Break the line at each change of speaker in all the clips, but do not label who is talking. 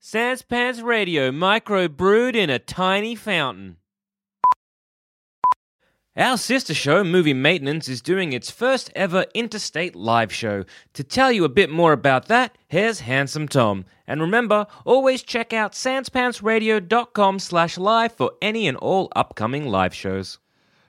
Sans Pants Radio micro brewed in a tiny fountain. Our sister show, Movie Maintenance, is doing its first ever interstate live show. To tell you a bit more about that, here's Handsome Tom. And remember, always check out sanspantsradio.com slash live for any and all upcoming live shows.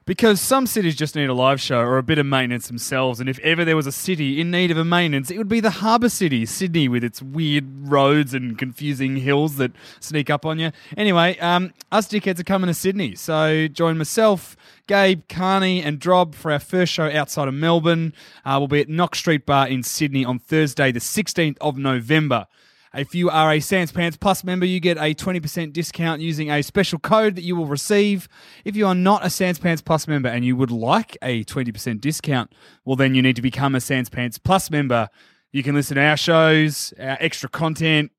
Because some cities just need a live show or a bit of maintenance themselves, and if ever there was a city in need of a maintenance, it would be the harbour city, Sydney, with its weird roads and confusing hills that sneak up on you. Anyway, um, us dickheads are coming to Sydney, so join myself, Gabe, Carney, and Drob for our first show outside of Melbourne. Uh, we'll be at Knox Street Bar in Sydney on Thursday, the 16th of November. If you are a Sans Pants Plus member, you get a 20% discount using a special code that you will receive. If you are not a Sans Pants Plus member and you would like a 20% discount, well, then you need to become a Sans Pants Plus member. You can listen to our shows, our extra content,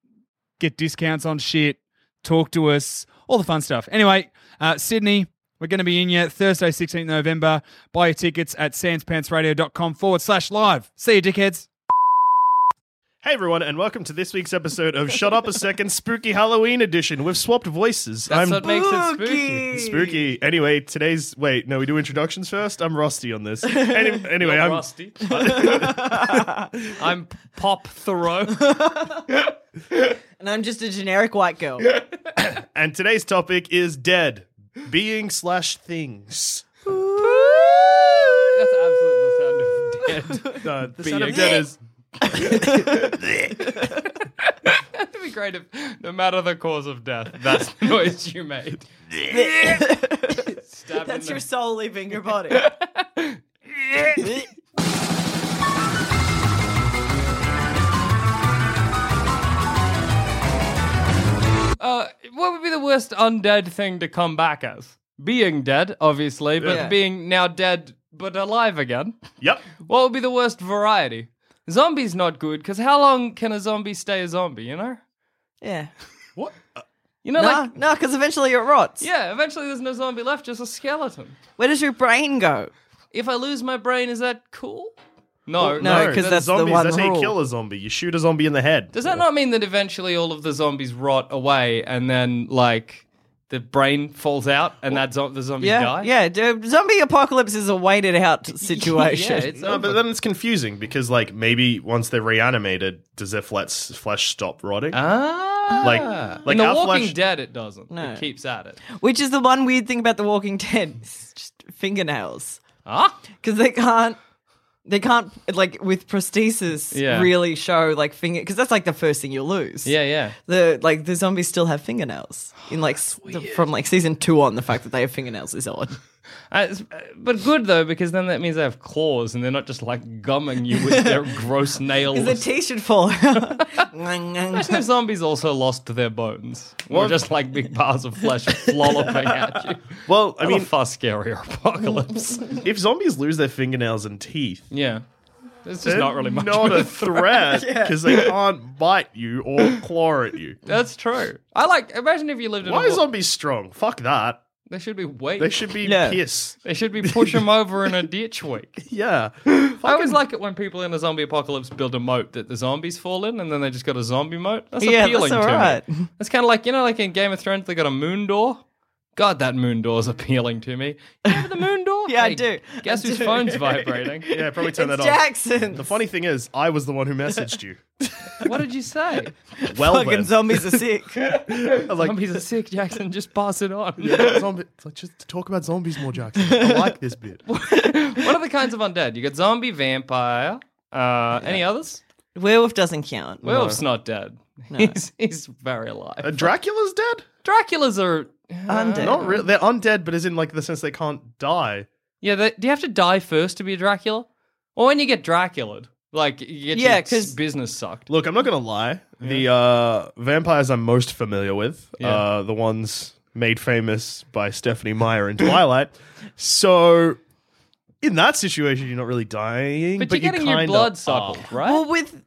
get discounts on shit, talk to us, all the fun stuff. Anyway, uh, Sydney, we're going to be in here Thursday, 16th November. Buy your tickets at sanspantsradio.com forward slash live. See you, dickheads.
Hey everyone, and welcome to this week's episode of Shut Up a Second Spooky Halloween Edition. We've swapped voices.
That's what makes it spooky.
spooky. Anyway, today's wait, no, we do introductions first. I'm Rusty on this. Any, anyway, I'm
Rusty. I'm Pop Thoreau.
And I'm just a generic white girl.
and today's topic is dead being slash things.
That's absolutely the sound of dead.
No, the sound of
Being.
dead is
It'd be great if, no matter the cause of death, that's the noise you made. Stab in
That's
the-
your soul leaving your body.
Uh, what would be the worst undead thing to come back as? Being dead, obviously, but
Yeah.
being now dead but alive again.
Yep.
What would be the worst variety? Zombie's not good because how long can a zombie stay a zombie? You know,
Yeah.
What?
you know,
No,
like
no, because eventually it rots.
yeah. Eventually, there's no zombie left, just a skeleton.
Where does your brain go?
If I lose my brain, is that cool? No,
no, 'cause
That's
that's the
zombies,
one
that's how you
rule.
kill a zombie. You shoot a zombie in the head.
Does that not mean that eventually all of the zombies rot away and then like the brain falls out and that zo- the zombies
Yeah,
die?
yeah. d- Zombie apocalypse is a waited out situation.
Yeah, it's
No, but then it's confusing because, like, maybe once they're reanimated, does their flesh, flesh stop rotting?
Ah,
Like- like
in The
our
Walking
flesh-
Dead, it doesn't.
No.
It keeps at it.
Which is the one weird thing about The Walking Dead. It's just fingernails.
Ah,
Because they can't. They can't like with prosthesis
Yeah.
really show like finger because that's like the first thing you lose.
yeah, yeah.
the like the zombies still have fingernails in like s- the, from like season two on. The fact that they have fingernails is odd.
Uh, it's- uh, but good though because then that means they have claws and they're not just like gumming you with their gross nails.
Because the teeth should fall out.
Imagine if zombies also lost their bones, or just like big bars of flesh flopping at you.
Well, I
I mean,
mean,
far scarier apocalypse.
if zombies lose their fingernails and teeth,
yeah, it's just not really much.
not
of a
a threat because they can't bite you or claw at you.
That's true. I like. Imagine if you lived in.
Why
a
are
wa-
zombies strong? Fuck that.
They should be weight.
They should be
Yeah.
piss.
They should be push 'em over in a ditch week.
Yeah.
I always like it when people in a zombie apocalypse build a moat that the zombies fall in, and then they just got a zombie moat. That's
Yeah,
appealing
that's
to
alright.
me. It's kind of like you know, like in Game of Thrones, they got a moon door. God, that moon door's appealing to me. You have the moon door?
Yeah, I
Hey,
do.
Guess
I
whose
do.
phone's vibrating?
Yeah, probably turn that off.
Jackson,
The funny thing is, I was the one who messaged you.
What did you say?
Well,
fucking
then.
zombies are sick.
I was like,
Zombies are sick, Jackson. Just pass it on.
zombie, it's like, just talk about zombies more, Jackson. I like this bit.
what are the kinds of undead? You got zombie, vampire. Uh, Any others?
Werewolf doesn't count.
Werewolf's not dead. He's, he's very alive.
Uh, Dracula's dead?
Dracula's are
Undead.
Not really. They're undead, but as in like the sense they can't die.
Yeah, they, do you have to die first to be a Dracula? Or when you get Draculaed? Like, you get
Yeah,
your
'cause-
business sucked.
Look, I'm not gonna lie. The uh, vampires I'm most familiar with
Yeah.
are the ones made famous by Stephanie Meyer in Twilight. So, in that situation, you're not really dying,
But,
but,
you're
you
getting
kinda
your blood
are.
suckled, right?
Well, with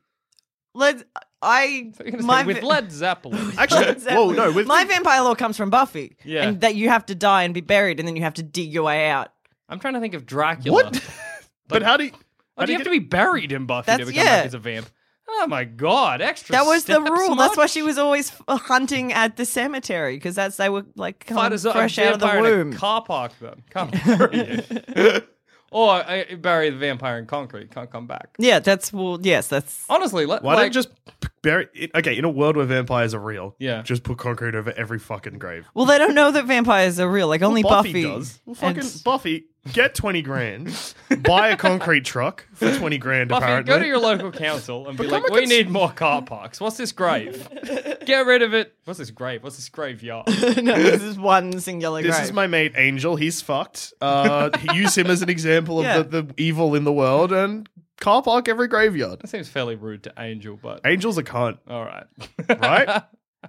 let I
You're gonna say,
my
with
va-
Led Zeppelin.
Actually, whoa, no, with
my vampire lore comes from Buffy,
Yeah.
and that you have to die and be buried, and then you have to dig your way out.
I'm trying to think of Dracula.
what? but how do you?
Oh, do you have to be buried in Buffy to
That's-
become
yeah.
back as a vamp? Oh my god, extra.
That was the
steps,
rule. That's why
Marge.
she was always f- uh, hunting at the cemetery because that's they were like come
Fight as a
fresh out of the
vampire in a
womb.
car park, then can't bury it. or uh, bury the vampire in concrete. Can't come back.
yeah, that's well, yes, that's
Honestly, let,
Why
like,
don't you just p- bury? It? Okay, in a world where vampires are real,
Yeah.
just put concrete over every fucking grave.
well, they don't know that vampires are real. Like only
Buffy,
Buffy,
does. Well,
and-
fucking Buffy, get twenty grand, buy a concrete truck for twenty grand.
Buffy,
apparently,
go to your local council and be
Become
like,
a
"We
cons-
need more car parks. What's this grave? Get rid of it. What's this grave? What's this graveyard?
no, this is one singular
This
grave.
is my mate Angel. He's fucked. Uh, use him as an example of
Yeah.
the, the evil in the world and car park every graveyard.
That seems fairly rude to Angel, but
Angel's a cunt,
all right.
right?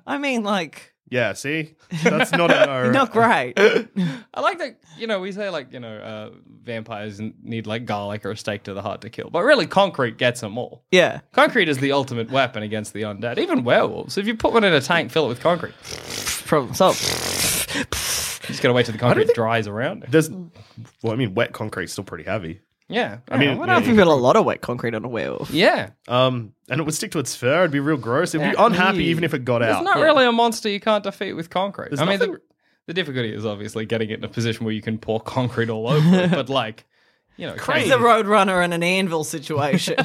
I mean, like
yeah, see? That's not a no.
not great.
I like that. You know, we say like you know, uh, vampires n- need like garlic or a steak to the heart to kill, but really, concrete gets them all.
yeah,
Concrete is the ultimate weapon against the undead, even werewolves. If you put one in a tank, fill it with concrete.
problem solved.
You just gotta wait till the concrete dries around. It.
There's, well, I mean, wet concrete's still pretty heavy.
Yeah, I
mean,
what
yeah,
else-
You've got a lot of wet concrete on a werewolf.
yeah.
Um, and it would stick to its fur. It'd be real gross. It'd be
Yeah.
unhappy even if it got
It's
out.
not really a monster you can't defeat with concrete.
There's
I mean, the,
nothing-
the difficulty is obviously getting it in a position where you can pour concrete all over it, but like, you know,
It's
crazy.
a roadrunner and an anvil situation.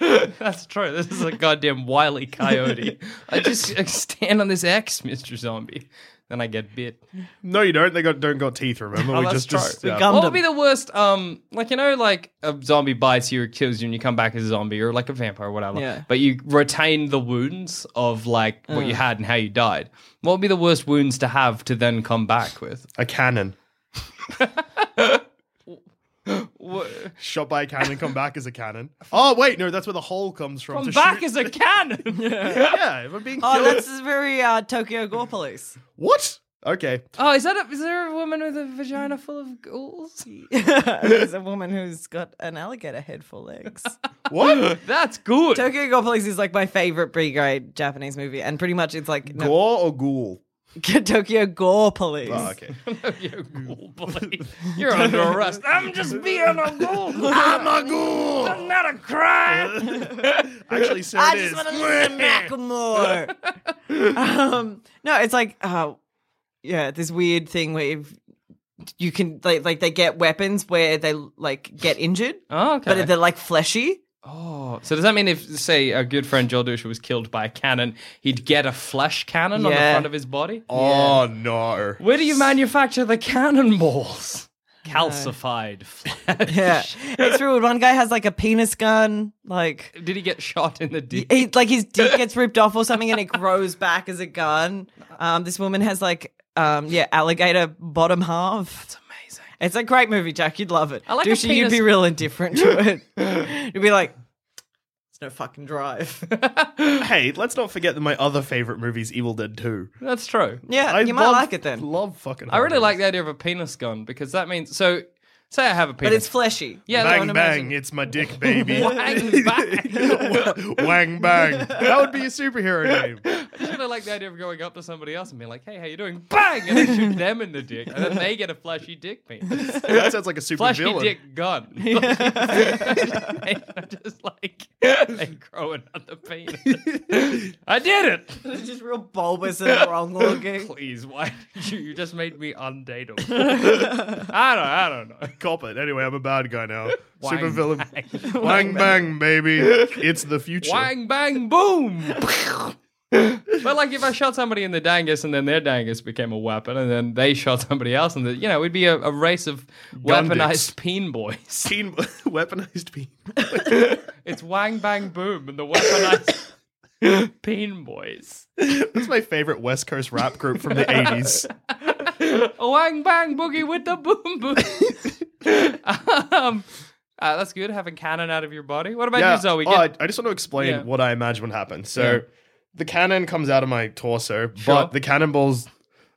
That's true. This is a goddamn wily coyote. I just I stand on this X, Mr. Zombie. Then I get bit.
no, you don't. They got don't got teeth. Remember, we
Oh, that's
just, just
true.
yeah.
gum-
What would be the worst? Um, like you know, like a zombie bites you or kills you, and you come back as a zombie or like a vampire or whatever.
Yeah.
But you retain the wounds of like what
Uh.
you had and how you died. What would be the worst wounds to have to then come back with?
a cannon.
Wha-
Shot by a cannon, come back as a cannon. Oh wait, no, that's where the hole comes from.
Come
to
back
shoot-
as a cannon.
yeah, if I'm being
oh,
killed-
that's very uh, Tokyo Gore Police.
what? Okay,
Oh, is that a, is there a woman with a vagina full of ghouls?
There's a woman who's got an alligator head for legs.
what?
That's good.
Tokyo Gore Police is like my favorite B-grade Japanese movie, and pretty much it's like no,
Gore or ghoul?
Tokyo Gore Police.
Oh, okay.
You're a ghoul, boy. You're under arrest. I'm just being a ghoul. I'm a ghoul. I'm not a crime.
Actually, so
I
it is.
just want to listen to Macklemore. um, no, it's like, uh, yeah, this weird thing where if you can like, like they get weapons where they like get injured,
Oh, okay.
but they're like fleshy.
oh, so does that mean if, say, our good friend Joel Dusha was killed by a cannon, he'd get a flesh cannon on the
Yeah.
front of his body?
Oh no!
Where do you manufacture the cannonballs? Calcified flesh.
Yeah, it's rude. One guy has like a penis gun, like.
Did he get shot in the dick?
He, like his dick gets ripped off or something, and it grows back as a gun. Um, this woman has like, um, yeah, alligator bottom half. That's amazing. It's a great movie, Jack. You'd love it.
I like a
Douchey, you'd
penis-
be real indifferent to it. you'd be like, it's no fucking drive.
Hey, let's not forget that my other favorite movie is Evil Dead Two.
That's true.
yeah, you might
love-
like it then,
Love fucking.
I really
horror
like
movies.
the idea of a penis gun because that means so. Say I have a penis.
but it's fleshy.
yeah, I
Bang
would
bang!
imagine-
It's my dick, baby.
Wang bang.
Wang bang! That would be a superhero name.
I just really like the idea of going up to somebody else and being like, "Hey, how you doing?" Bang, and then shoot them in the dick, and then they get a flashy dick penis,
That sounds like a super
flashy
villain.
dick gun. just like they grow another penis. I did it.
It's just real bulbous and wrong looking.
Please, why did you? You just made me undateable. I don't. I
Cop it. Anyway, I'm a bad guy now.
Wang
super villain.
don't know.
Wang bang, baby! It's the future.
Wang bang boom. but like if I shot somebody in the dangus and then their dangus became a weapon and then they shot somebody else and the, you know it'd be a, a race of
Gun dicks.
weaponized peen boys.
Teen weaponized people.
It's wang bang boom and the weaponized peen boys.
That's my favorite West Coast rap group from the '80s.
Wang bang boogie with the boom boom. um, Uh, that's good, having cannon out of your body. What about
yeah.
you, Zoe?
oh,
Get-
I, I just want to explain
Yeah.
what I imagine would happen. So
Yeah.
the cannon comes out of my torso,
Sure.
but the cannonballs.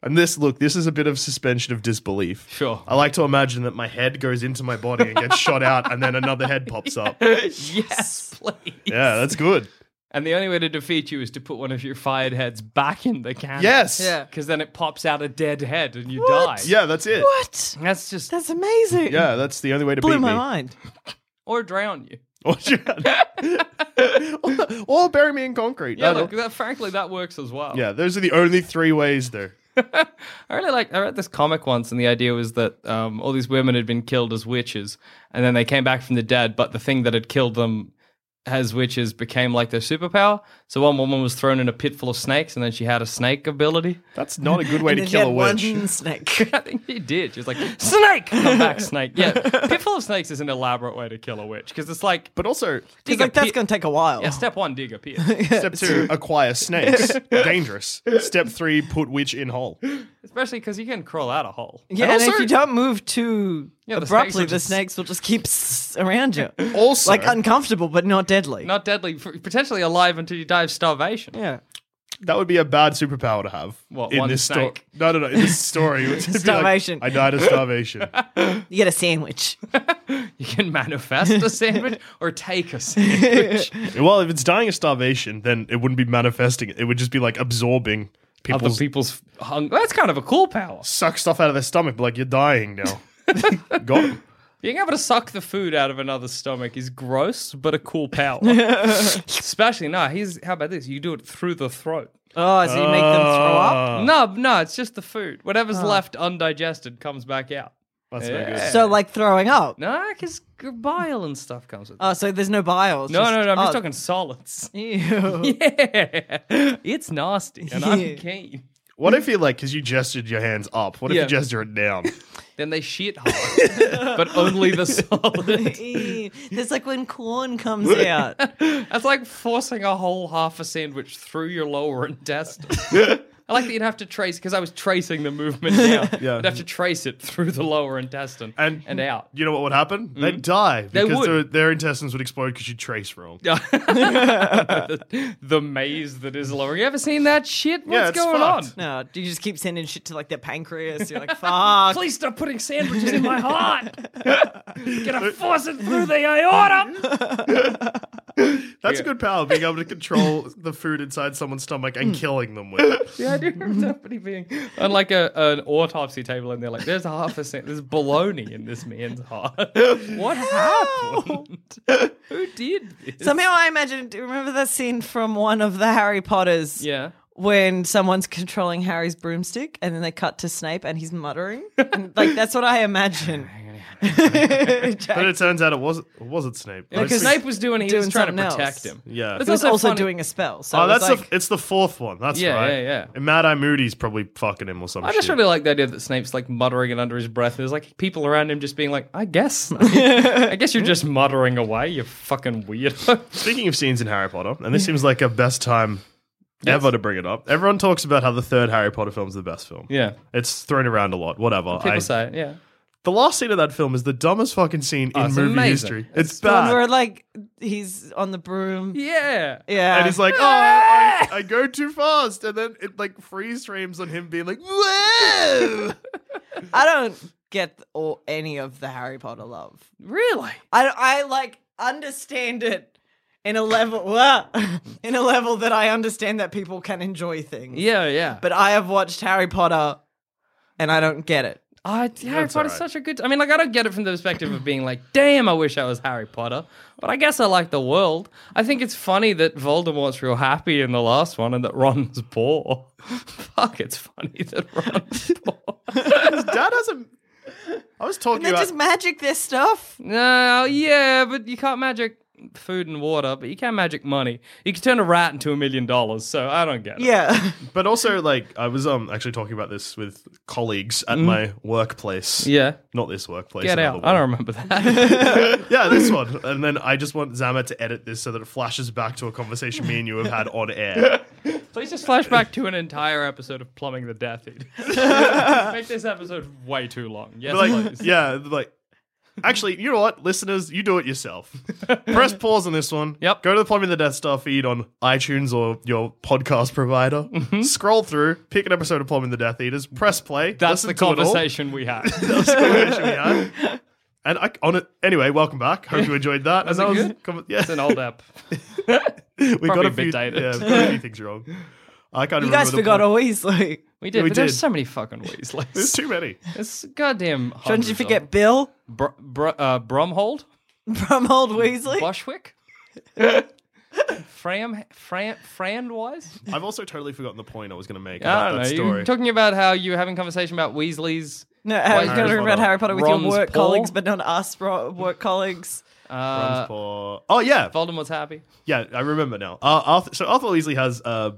And this look, this is a bit of suspension of disbelief.
Sure.
I like to imagine that my head goes into my body and gets shot out, and then another head pops up. Yeah,
yes, please.
that's good.
And the only way to defeat you is to put one of your fired heads back in the cannon.
Yes.
Yeah.
Because then it pops out a dead head and you die.
Yeah, that's it.
What?
That's just.
That's amazing.
Yeah, that's the only way to
Blew
beat
my
me.
mind.
Or drown you.
Or, or bury me in concrete.
Yeah,
That'll-
look, that, frankly, that works as well.
yeah, those are the only three ways though.
I really like. I read this comic once, and the idea was that um, all these women had been killed as witches, and then they came back from the dead. But the thing that had killed them as witches became like their superpower. So one woman was thrown in a pit full of snakes, and then she had a snake ability.
That's not a good way
And
to
then she had
kill a witch.
One snake.
I think she did. She was like, "Snake, come back, snake." Yeah, pit full of snakes is an elaborate way to kill a witch because it's like,
But also,
He's
dig
like,
a
that's
pit-
going to take a while.
yeah, step one, dig a pit.
step two, acquire snakes. Dangerous. Step three, put witch in hole.
Especially because you can crawl out a hole.
Yeah, and,
And
if
also-
you don't move too
Yeah, the snakes
abruptly,
will
the
just-
snakes will just keep s- around you.
Also,
like uncomfortable, but not deadly.
Not deadly, f- potentially alive until you die of starvation.
yeah.
that would be a bad superpower to have.
What,
in
one
this story?
snake?
No, no, no. In this story, it would just be like,
Starvation.
I died of starvation.
You get a sandwich.
You can manifest a sandwich or take a sandwich.
well, if it's dying of starvation, then it wouldn't be manifesting. It would just be like absorbing
Other
people's
people's hunger. That's kind of a cool power.
suck stuff out of their stomach. But like you're dying now. Got 'em.
Being able to suck the food out of another's stomach is gross, but a cool power. Especially, no, here's how about this? You do it through the throat.
Oh, so you make them throw up.
Ah,
No, no, it's just the food. Whatever's
Oh.
left undigested comes back out.
That's no good.
So like throwing up.
No, because bile and stuff comes with it.
Oh, so there's no bile. it's
no,
just,
no, no, I'm just
oh,
talking solids.
Ew.
Yeah, it's nasty, and
Yeah.
I'm keen.
What if you like, because you gestured your hands up, what if
Yeah.
you gesture it down?
Then they shit hard, but only the solid.
Ew. There's like when corn comes out.
That's like forcing a whole half a sandwich through your lower intestine. I like that you'd have to trace because I was tracing the movement down.
Yeah.
I'd have to trace it through the lower intestine
And-
out.
You know what would happen? They'd die because
would.
Their, their intestines would explode because you trace wrong.
the, the maze that is lower. You ever seen that shit? What's
Yeah, it's
going
fucked.
on?
No, do you just keep sending shit to like their pancreas? You're like, fuck.
Please stop putting sandwiches in my heart. Gonna force it through the aorta.
That's a
Yeah.
good power, being able to control the food inside someone's stomach
Hmm.
and killing them with it.
The idea of somebody being on like a, an autopsy table, and they're like, "There's a half a cent. There's baloney in this man's heart. What happened? Who did this?
Somehow I imagine. Do you remember that scene from one of the Harry Potters?
Yeah.
when someone's controlling Harry's broomstick and then they cut to Snape and he's muttering. And, like that's what I imagine.
But
Jack
it turns out it wasn't, it wasn't Snape.
Like
Because-
Snape was doing, he
doing
was trying to
something else.
protect him.
Yeah.
But it's
was also,
funny-
doing a spell. So
oh,
it was
that's
like,
the, it's the fourth one. That's
Yeah,
right.
yeah, yeah.
And Mad Eye Moody's probably fucking him or something.
I just really like the idea that Snape's like muttering it under his breath. There's like people around him just being like, I guess. Snape. I guess you're just muttering away, you fucking weirdo.
Speaking of scenes in Harry Potter, and this seems like a best time ever to bring it up. Everyone talks about how the third Harry Potter film is the best film.
yeah.
It's thrown around a lot. Whatever.
People
I-
say it, yeah.
The last scene of that film is the dumbest fucking scene in
Oh, it's
movie
amazing.
history. It's,
the one
bad.
where like he's on the broom.
Yeah.
Yeah.
and he's like, "Oh, I, I go too fast," and then it like freeze frames on him being like, "Whoa!"
I don't get or any of the Harry Potter love.
Really?
I I like understand it in a level in a level that I understand that people can enjoy things.
Yeah, yeah.
But I have watched Harry Potter and I don't get it.
I, Harry
all
Potter's
right.
such a good. I mean, like, I don't get it from the perspective of being like, damn, I wish I was Harry Potter, but I guess I like the world. I think it's funny that Voldemort's real happy in the last one and that Ron's poor. Fuck, it's funny that Ron's poor.
His dad has a. I was talking
They
about.
just magic their stuff.
no, yeah, but you can't magic food and water, but you can magic money. You can turn a rat into a million dollars, so I don't get it.
Yeah.
But also, like, I was um actually talking about this with colleagues at my workplace.
Mm-hmm. Yeah.
Not this workplace.
Get
another
out.
one.
I don't remember that.
Yeah, this one. And then I just want Zama to edit this so that it flashes back to a conversation me and you have had on air.
Please just flash back to an entire episode of Plumbing the Death Eater. Make this episode way too long. Yes,
But, like,
please.
yeah, like Actually, you know what, listeners, you do it yourself. Press pause on this one.
Yep.
Go to the Plumbing the Death Star feed on iTunes or your podcast provider.
Mm-hmm.
Scroll through, pick an episode of Plumbing the Death Eaters. Press play.
That's
listen
the
to it all.
conversation we had.
That's the conversation we had. And I, on it, anyway, welcome back. Hope you enjoyed that.
Was
and
it
that
good?
com- yeah,
It's an old app.
we got
probably
a
a bit
few,
dated.
Yeah, we've got a few things wrong. I can't
You
remember
guys
the
forgot
point.
all Weasley.
We did,
We
but there's
did.
so many fucking Weasleys.
There's too many.
It's goddamn.
Don't
hundreds
you
of
forget
them.
Bill
Br- br- uh, Bromhold,
from Old Weasley?
Bushwick, Fram, Fran, Frandwise.
I've also totally forgotten the point I was going to make
I
about
don't know.
that
You
story.
were talking about how you were having conversation about Weasleys.
No, I was
Harry
going to talk about
Potter.
Harry Potter with
Ron's
your work
paw.
colleagues, but not us ro- work colleagues.
Uh,
Paul- oh yeah,
Voldemort's happy.
yeah, I remember now. Uh, Arthur, so Arthur Weasley has uh,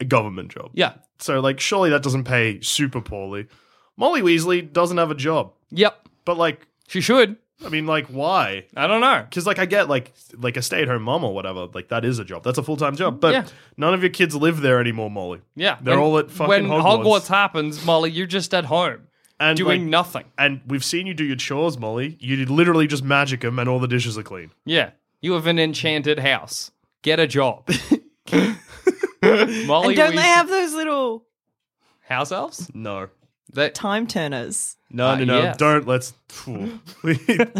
a government job.
Yeah.
So like, surely that doesn't pay super poorly. Molly Weasley doesn't have a job,
Yep.
but like,
She should.
I mean, like, why?
I don't know.
Because like, I get like like a stay at home mom or whatever. Like that is a job. That's a full time job. But
Yeah.
none of your kids live there anymore, Molly.
Yeah.
They're
when-
all at fucking
When
Hogwarts.
happens, Molly, you're just at home
And
doing
like,
nothing.
and we've seen you do your chores, Molly. You literally just magic them, and all the dishes are clean.
Yeah. You have an enchanted house. Get a job. Molly
And don't
Weas-
they have those little
house elves?
No.
They-
time turners?
No,
Uh,
no, no.
yes.
Don't let's. phew. That's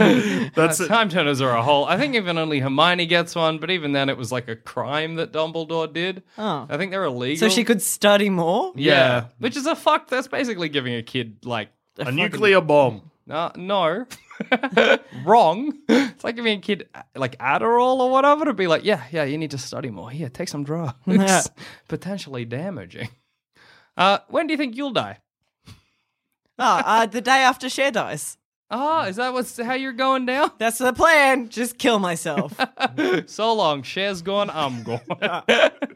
Uh,
it.
time turners are a whole. I think even only Hermione gets one, but even then, it was like a crime that Dumbledore did.
Oh.
I think they're illegal.
So she could study more?
yeah.
Yeah.
which is a fuck. That's basically giving a kid like
a nuclear bomb.
uh, no, wrong. It's like giving a kid uh, like Adderall or whatever to be like, yeah, yeah, you need to study more. Here, take some drugs.
Yeah.
Potentially damaging. Uh, when do you think you'll die?
Oh, uh, the day after Cher dies.
Ah, is that what's how you're going down?
That's the plan. Just kill myself.
So long, Cher's gone, I'm gone.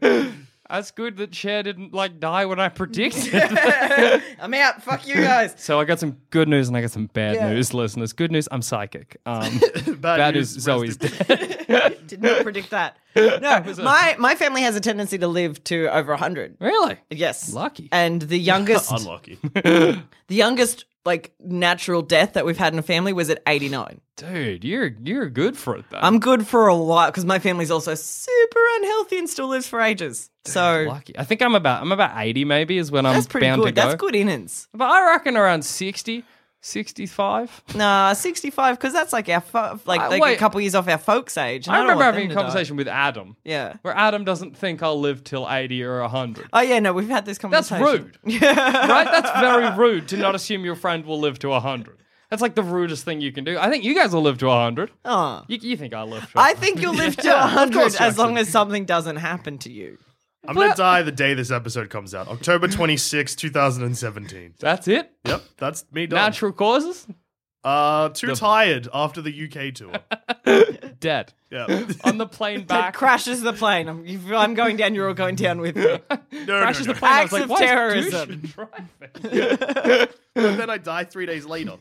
That's good that Cher didn't like die when I predicted.
I'm out. Fuck you guys.
so I got some good news and I got some bad
Yeah.
news, listeners. Good news, I'm psychic. Um,
Bad,
bad
news,
news,
rest
Zoe's
in peace.
dead.
Did not predict that. No, my, my family has a tendency to live to over 100.
really?
Yes.
Lucky.
And the youngest,
Unlucky.
the youngest, like, natural death that we've had in a family was at 89.
Dude, you're you're good for it though.
I'm good for a while because my family's also super unhealthy and still lives for ages. So
lucky. I think I'm about I'm about 80 maybe is when
that's
I'm
pretty
bound
good.
to go.
That's good innings.
But I reckon around 60, 65.
Nah, 65 because that's like our fo- like,
Uh,
like a
wait.
couple years off our folks' age. and
I
don't
remember
want
having a
them to die.
conversation with Adam
Yeah.
where Adam doesn't think I'll live till 80 or 100.
Oh yeah, no, we've had this
That's
conversation.
rude. right? That's very rude to not assume your friend will live to 100. That's like the rudest thing you can do. I think you guys will live to 100.
Aw.
You, you think I'll live to 100.
Oh. I think you'll live to a
course,
100 as long
Jackson.
as something doesn't happen to you.
I'm gonna die the day this episode comes out, October 26, 2017.
That's it?
Yep, that's me done.
Natural causes?
Uh, too tired after the UK tour.
Dead.
Yeah,
On the plane back.
Crashes the plane. I'm, you- I'm going down. You're all going down with me.
no,
crashes
no,
the
no.
plane. I was
Acts
like,
of
why is
terrorism.
Dusha driving? "Oh,
But then I die three days later.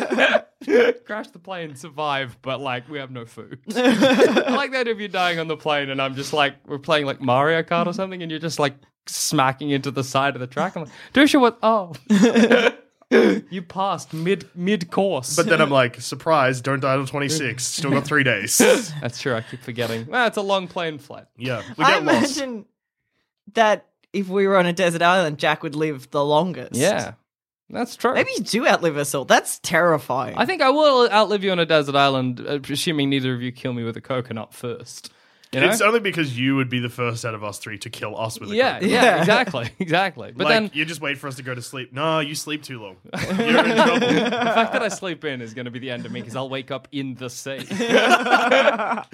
crash the plane, survive, but like we have no food. I like that if you're dying on the plane and I'm just like we're playing like Mario Kart or something, and you're just like smacking into the side of the track. I'm like, Dusha, what? Oh, you passed mid mid course.
But then I'm like, surprise, don't die till 26. Still got three days.
that's true. I keep forgetting. Well, it's a long plane flight.
Yeah, we
I
get lost.
imagine that if we were on a desert island, Jack would live the longest.
Yeah, that's true.
Maybe you do outlive us all. That's terrifying.
I think I will outlive you on a desert island, uh, assuming neither of you kill me with a coconut first. You know?
It's only because you would be the first out of us three to kill us with a
yeah,
coconut.
yeah,
Yeah.
exactly, exactly. But
like,
then
you just wait for us to go to sleep. No, you sleep too long. You're in trouble.
The fact that I sleep in is going to be the end of me because I'll wake up in the sea.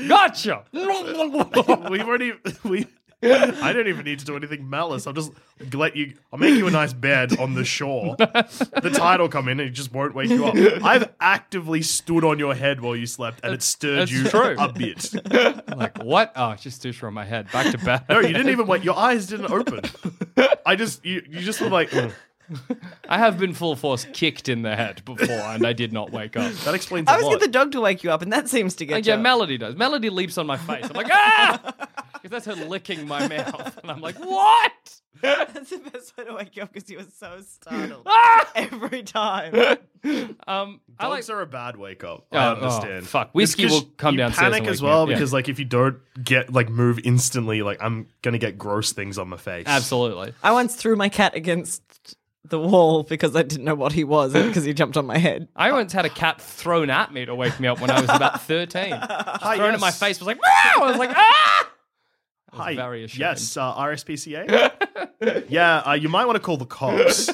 gotcha.
We've already we. I don't even need to do anything malice. I'll just let you. I'll make you a nice bed on the shore. The tide will come in and it just won't wake you up. I've actively stood on your head while you slept, and it stirred
that's
you
true.
a bit.
I'm like what? Oh, it's just Dusha on my head. Back to bed.
No, you didn't even wait. Your eyes didn't open. I just you. You just were like. "Mm,
I have been full force kicked in the head before, and I did not wake up.
that explains.
I
a
always
lot.
get the dog to wake you up, and that seems to
Like,
get
yeah,
you.
Melody does. Melody leaps on my face. I'm like, ah, because that's her licking my mouth, and I'm like, what?
That's the best way to wake you up because you were so startled every time.
Um, I like.
Dogs are a bad wake up.
Oh,
I
oh,
understand.
fuck.
It's
Whiskey
'cause
will come
you
downstairs and
Panic
wake
as
me
well
up, yeah.
because like if you don't get like move instantly, like I'm gonna get gross things on my face.
Absolutely.
I once threw my cat against the wall because I didn't know what he was because he jumped on my head.
I once had a cat thrown at me to wake me up when I was about 13. Just
Hi,
thrown at
yes.
my face was like, wow! I was like, ah! I was
Hi.
very ashamed.
Yes, uh, RSPCA. yeah, uh, you might want to call the cops.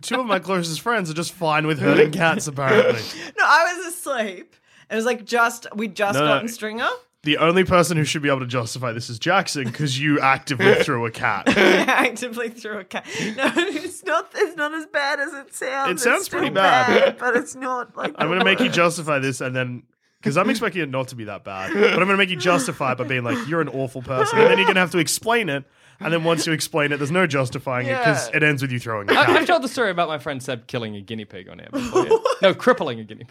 Two of my closest friends are just fine with hurting cats. Apparently,
No, I was asleep. It was like just we just
No, no.
gotten Stringer.
the only person who should be able to justify this is Jackson because you actively threw a cat.
I actively threw a cat. No, it's not. It's not as bad as it sounds.
It
It's
sounds
still
pretty bad.
but it's not like.
I'm gonna make you justify this, and then. Because I'm expecting it not to be that bad, but I'm going to make you justify it by being like, "You're an awful person," and then you're going to have to explain it. And then once you explain it, there's no justifying it because
Yeah.
it ends with you throwing a
I,
cat.
I've told the story about my friend Seb killing a guinea pig on air before. yeah. No, crippling a guinea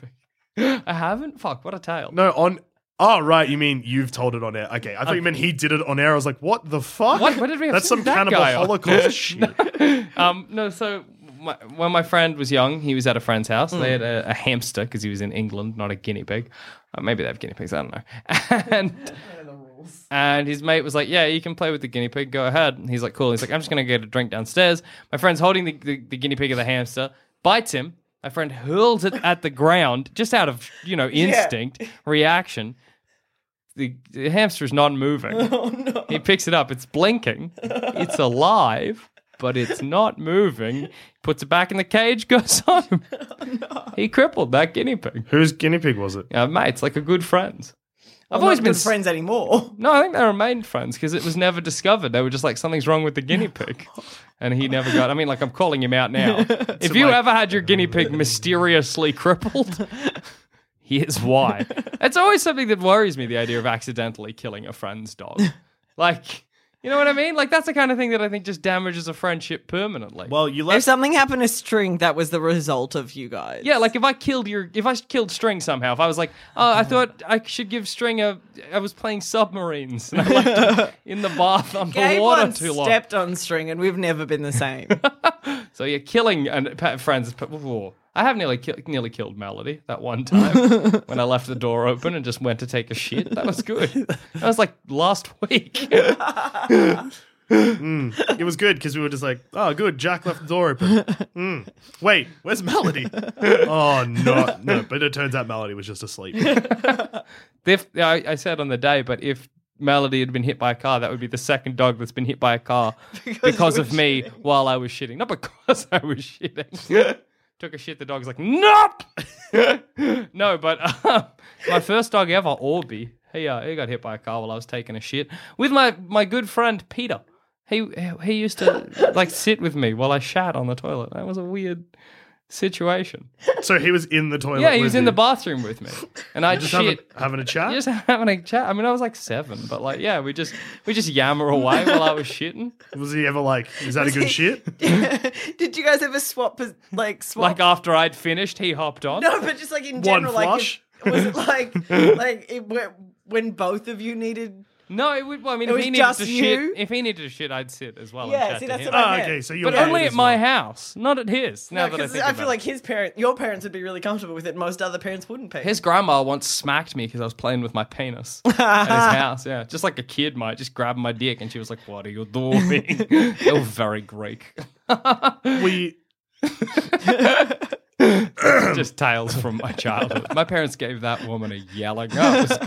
pig. I haven't? Fuck, what a tale.
No, on. Oh, right. You mean you've told it on air? Okay. I thought you meant he did it on air. I was like, what the fuck?
What- what did we have
That's
to
some
do with that
cannibal
guy on?
Holocaust shit.
um, no, so my, when my friend was young, he was at a friend's house. They had a, a hamster because he was in England, not a guinea pig. Uh, maybe they have guinea pigs. I don't know. And and his mate was like, "Yeah, you can play with the guinea pig. Go ahead." And he's like, "Cool." He's like, "I'm just gonna get a drink downstairs." My friend's holding the, the, the guinea pig of the hamster, bites him. My friend hurls it at the ground just out of you know instinct reaction. The, the hamster's non-moving. He picks it up. It's blinking. It's alive, but it's not moving. Puts it back in the cage. Goes home.
Oh,
He crippled that guinea pig.
Whose guinea pig was it?
Uh, mates, like a good friends. I've
I've
always
always
been
good
s-
friends anymore.
No, I think they remained friends because it was never discovered. They were just like something's wrong with the guinea pig, and he never got. I mean, like I'm calling him out now. if you
like-
ever had your guinea pig mysteriously crippled, here's why. It's always something that worries me: the idea of accidentally killing a friend's dog. Like, you know what I mean? Like that's the kind of thing that I think just damages a friendship permanently.
Well, you
If
left.
something happened to String, that was the result of you guys.
Yeah, like if I killed your, if I killed String somehow, if I was like, oh, I thought I should give String a, I was playing submarines and I left him in the bath
Gabe
underwater
once
too long.
stepped on String, and we've never been the same.
So you're killing and pa- friends. pa- whoa. I have nearly ki- nearly killed Melody that one time when I left the door open and just went to take a shit. That was good. That was like last week.
It was good because we were just like, oh, good. Jack left the door open. Mm. Wait, where's Melody? oh, no. No, but it turns out Melody was just asleep.
if I, I said on the day, but if Melody had been hit by a car, that would be the second dog that's been hit by a car because, of me while I was shitting. Not because I was shitting. Took a shit. The dog's like, nope. no, but um, my first dog ever, Orby, he uh, he got hit by a car while I was taking a shit with my my good friend Peter. He he used to like sit with me while I shat on the toilet. That was a weird situation.
So he was in the toilet.
Yeah, he was
with
in the
you.
bathroom with me, and I
Just
just
having,
shit
having a chat?
just having a chat. I mean, I was like seven, but like, yeah, we just we just yammer away while I was shitting.
Was he ever like, is that a good shit?
Did you guys ever swap, pos- like swap?
Like uh, after I'd finished, he hopped on.
no, but just like in
One
general, like
flush?
if- was it like like it, when- when both of you needed?
No, it would. Well, I mean,
It
if
was
he needed
just
to
you?
shit, if he needed to shit, I'd sit as well.
Yeah,
and chat
see,
to
that's
him.
what I-
Ah, okay, so you
but
were
only
in
at
as
my
well.
house, not at his. Now that I
Because
think
I,
about
feel
it.
like his parent, your parents would be really comfortable with it. Most other parents wouldn't be.
His grandma once smacked me because I was playing with my penis at his house. Yeah, just like a kid might, just grabbing my dick, and she was like, "What are you doing?" they were very Greek.
We.
just tales from my childhood. My parents gave that woman a yelling. Oh, it was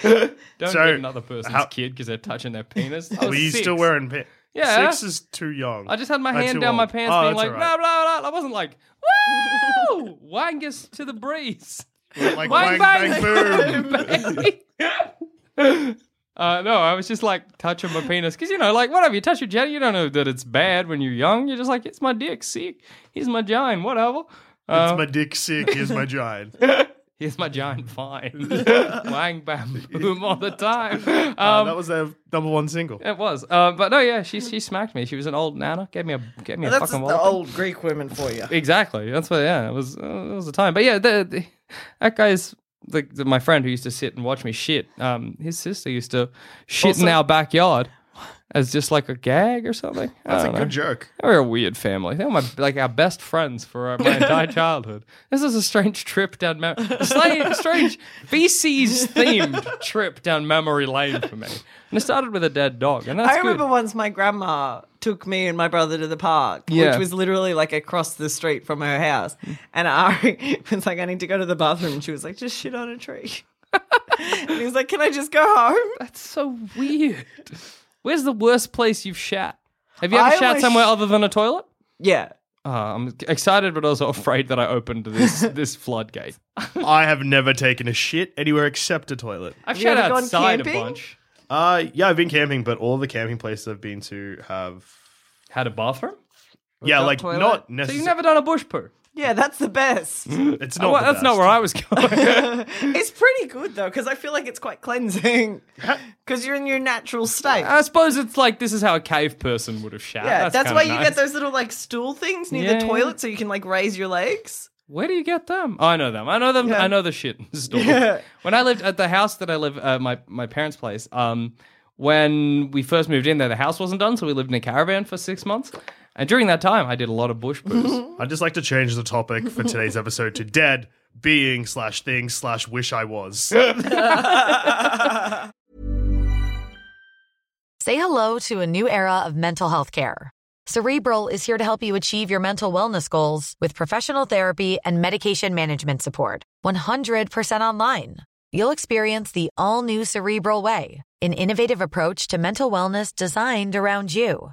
good. Don't
So,
get another person's
how-
kid kid because they're touching their penis. I was
Were you
six.
still wearing pants?
Yeah.
Six is too young.
I just had my
Uh,
hand
too
down my
old.
pants,
Oh,
being
that's
like
all
blah
right.
blah blah. I wasn't like woo wangus to the breeze.
Like,
Wang,
wang, bang,
bang.
boom.
Uh, no, I was just like touching my penis because you know, like whatever you touch your jelly, you don't know that it's bad when you're young. You're just like, it's my dick, sick. Here's my giant, whatever. Uh,
It's my dick sick. Here's my giant.
Here's my giant fine. Wang bam boom all the time. Um,
Uh, that was their number one single.
It was, uh, but no, yeah, she she smacked me. She was an old nana, gave me a gave me a
That's
fucking
the
wallop.
old Greek women for you.
Exactly, that's what. Yeah, it was uh, it was a time. But yeah, the, the, that guy's the, the- my friend who used to sit and watch me shit. Um, his sister used to shit in
Also-
our backyard. as just like a gag or something.
That's
I
a
don't
good
know.
joke.
They were a weird family. They were my like our best friends for uh, my entire childhood. This is a strange trip down mem- a sla- strange VC's themed trip down memory lane for me. And it started with a dead dog, and that's
I remember
good.
once my grandma took me and my brother to the park,
Yeah.
which was literally like across the street from her house. And Ari was like, I need to go to the bathroom. And she was like, just shit on a tree. and he was like, Can I just go home?
That's so weird. Where's the worst place you've shat? Have you ever
I
shat
was-
somewhere other than a toilet?
Yeah.
Uh, I'm excited, but also afraid that I opened this this floodgate.
I have never taken a shit anywhere except a toilet.
I've
you
shat
ever gone
outside a
camping?
bunch.
Uh, yeah, I've been camping, but all the camping places I've been to have.
Had a bathroom.
yeah,
Without
like
toilet?
not
So
necessarily.
you've never done a bush poo.
Yeah, that's the best.
it's not.
Well,
the
that's not
best.
where I was going.
it's pretty good though, because I feel like it's quite cleansing. Because you're in your natural state.
I suppose it's like this is how a cave person would have shat.
yeah, that's,
Ah, kinda
why you
nice.
get those little like stool things near
Yeah,
the
yeah.
toilet so you can like raise your legs.
Where do you get them? Oh, I know them. I know them.
Yeah.
I know the shit store.
Yeah.
When I lived at the house that I live, uh, my my parents' place. Um, when we first moved in there, the house wasn't done, so we lived in a caravan for six months. And during that time, I did a lot of bush poos.
I'd just like to change the topic for today's episode to dead being slash thing slash wish I was.
Say hello to a new era of mental health care. Cerebral is here to help you achieve your mental wellness goals with professional therapy and medication management support. 100% online. You'll experience the all new Cerebral Way, an innovative approach to mental wellness designed around you.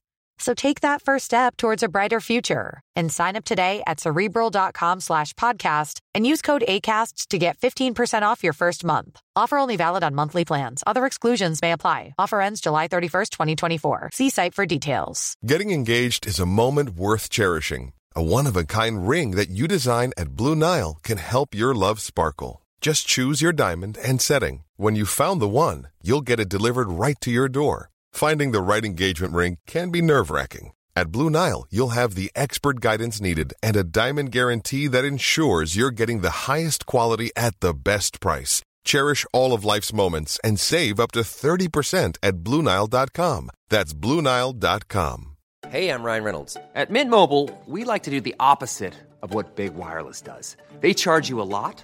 So take that first step towards a brighter future and sign up today at cerebral.com slash podcast and use code ACAST to get 15% off your first month. Offer only valid on monthly plans. Other exclusions may apply. Offer ends July 31st, 2024. See site for details.
Getting engaged is a moment worth cherishing. A one of a kind ring that you design at Blue Nile can help your love sparkle. Just choose your diamond and setting. When you found the one, you'll get it delivered right to your door. Finding the right engagement ring can be nerve wracking. At Blue Nile, you'll have the expert guidance needed and a diamond guarantee that ensures you're getting the highest quality at the best price. Cherish all of life's moments and save up to 30% at BlueNile.com. That's BlueNile.com.
Hey, I'm Ryan Reynolds. At Mint Mobile, we like to do the opposite of what Big Wireless does. They charge you a lot,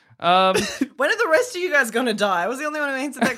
Um,
When are the rest of you guys gonna die? I was the only one who answered that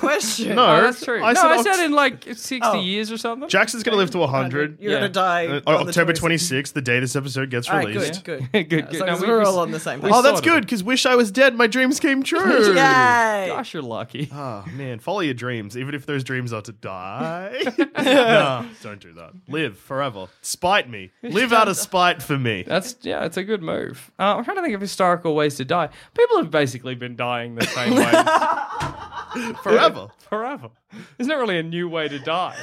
question.
No.
oh, that's true.
I
no,
said
I
Oct-
said in like sixty
Oh.
years or something.
Jackson's gonna live to hundred.
You're
Yeah.
gonna die.
Uh,
on the
October
26th.
26th, the day this episode gets
All right,
released.
good, good.
good, good.
As long
No,
as
we-
we're
we-
all on the same
we
page.
Oh, that's
sorted it.
good because wish I was dead. My dreams came true.
Yay!
Gosh, you're lucky.
Ah, man, follow your dreams, even if those dreams are to die. no, don't do that. Live forever. Spite me. Live out of spite for me.
That's yeah, it's a good move. Uh, I'm trying to think of historical ways to die. People have basically been dying the same way
Forever.
forever. There's not really a new way to die.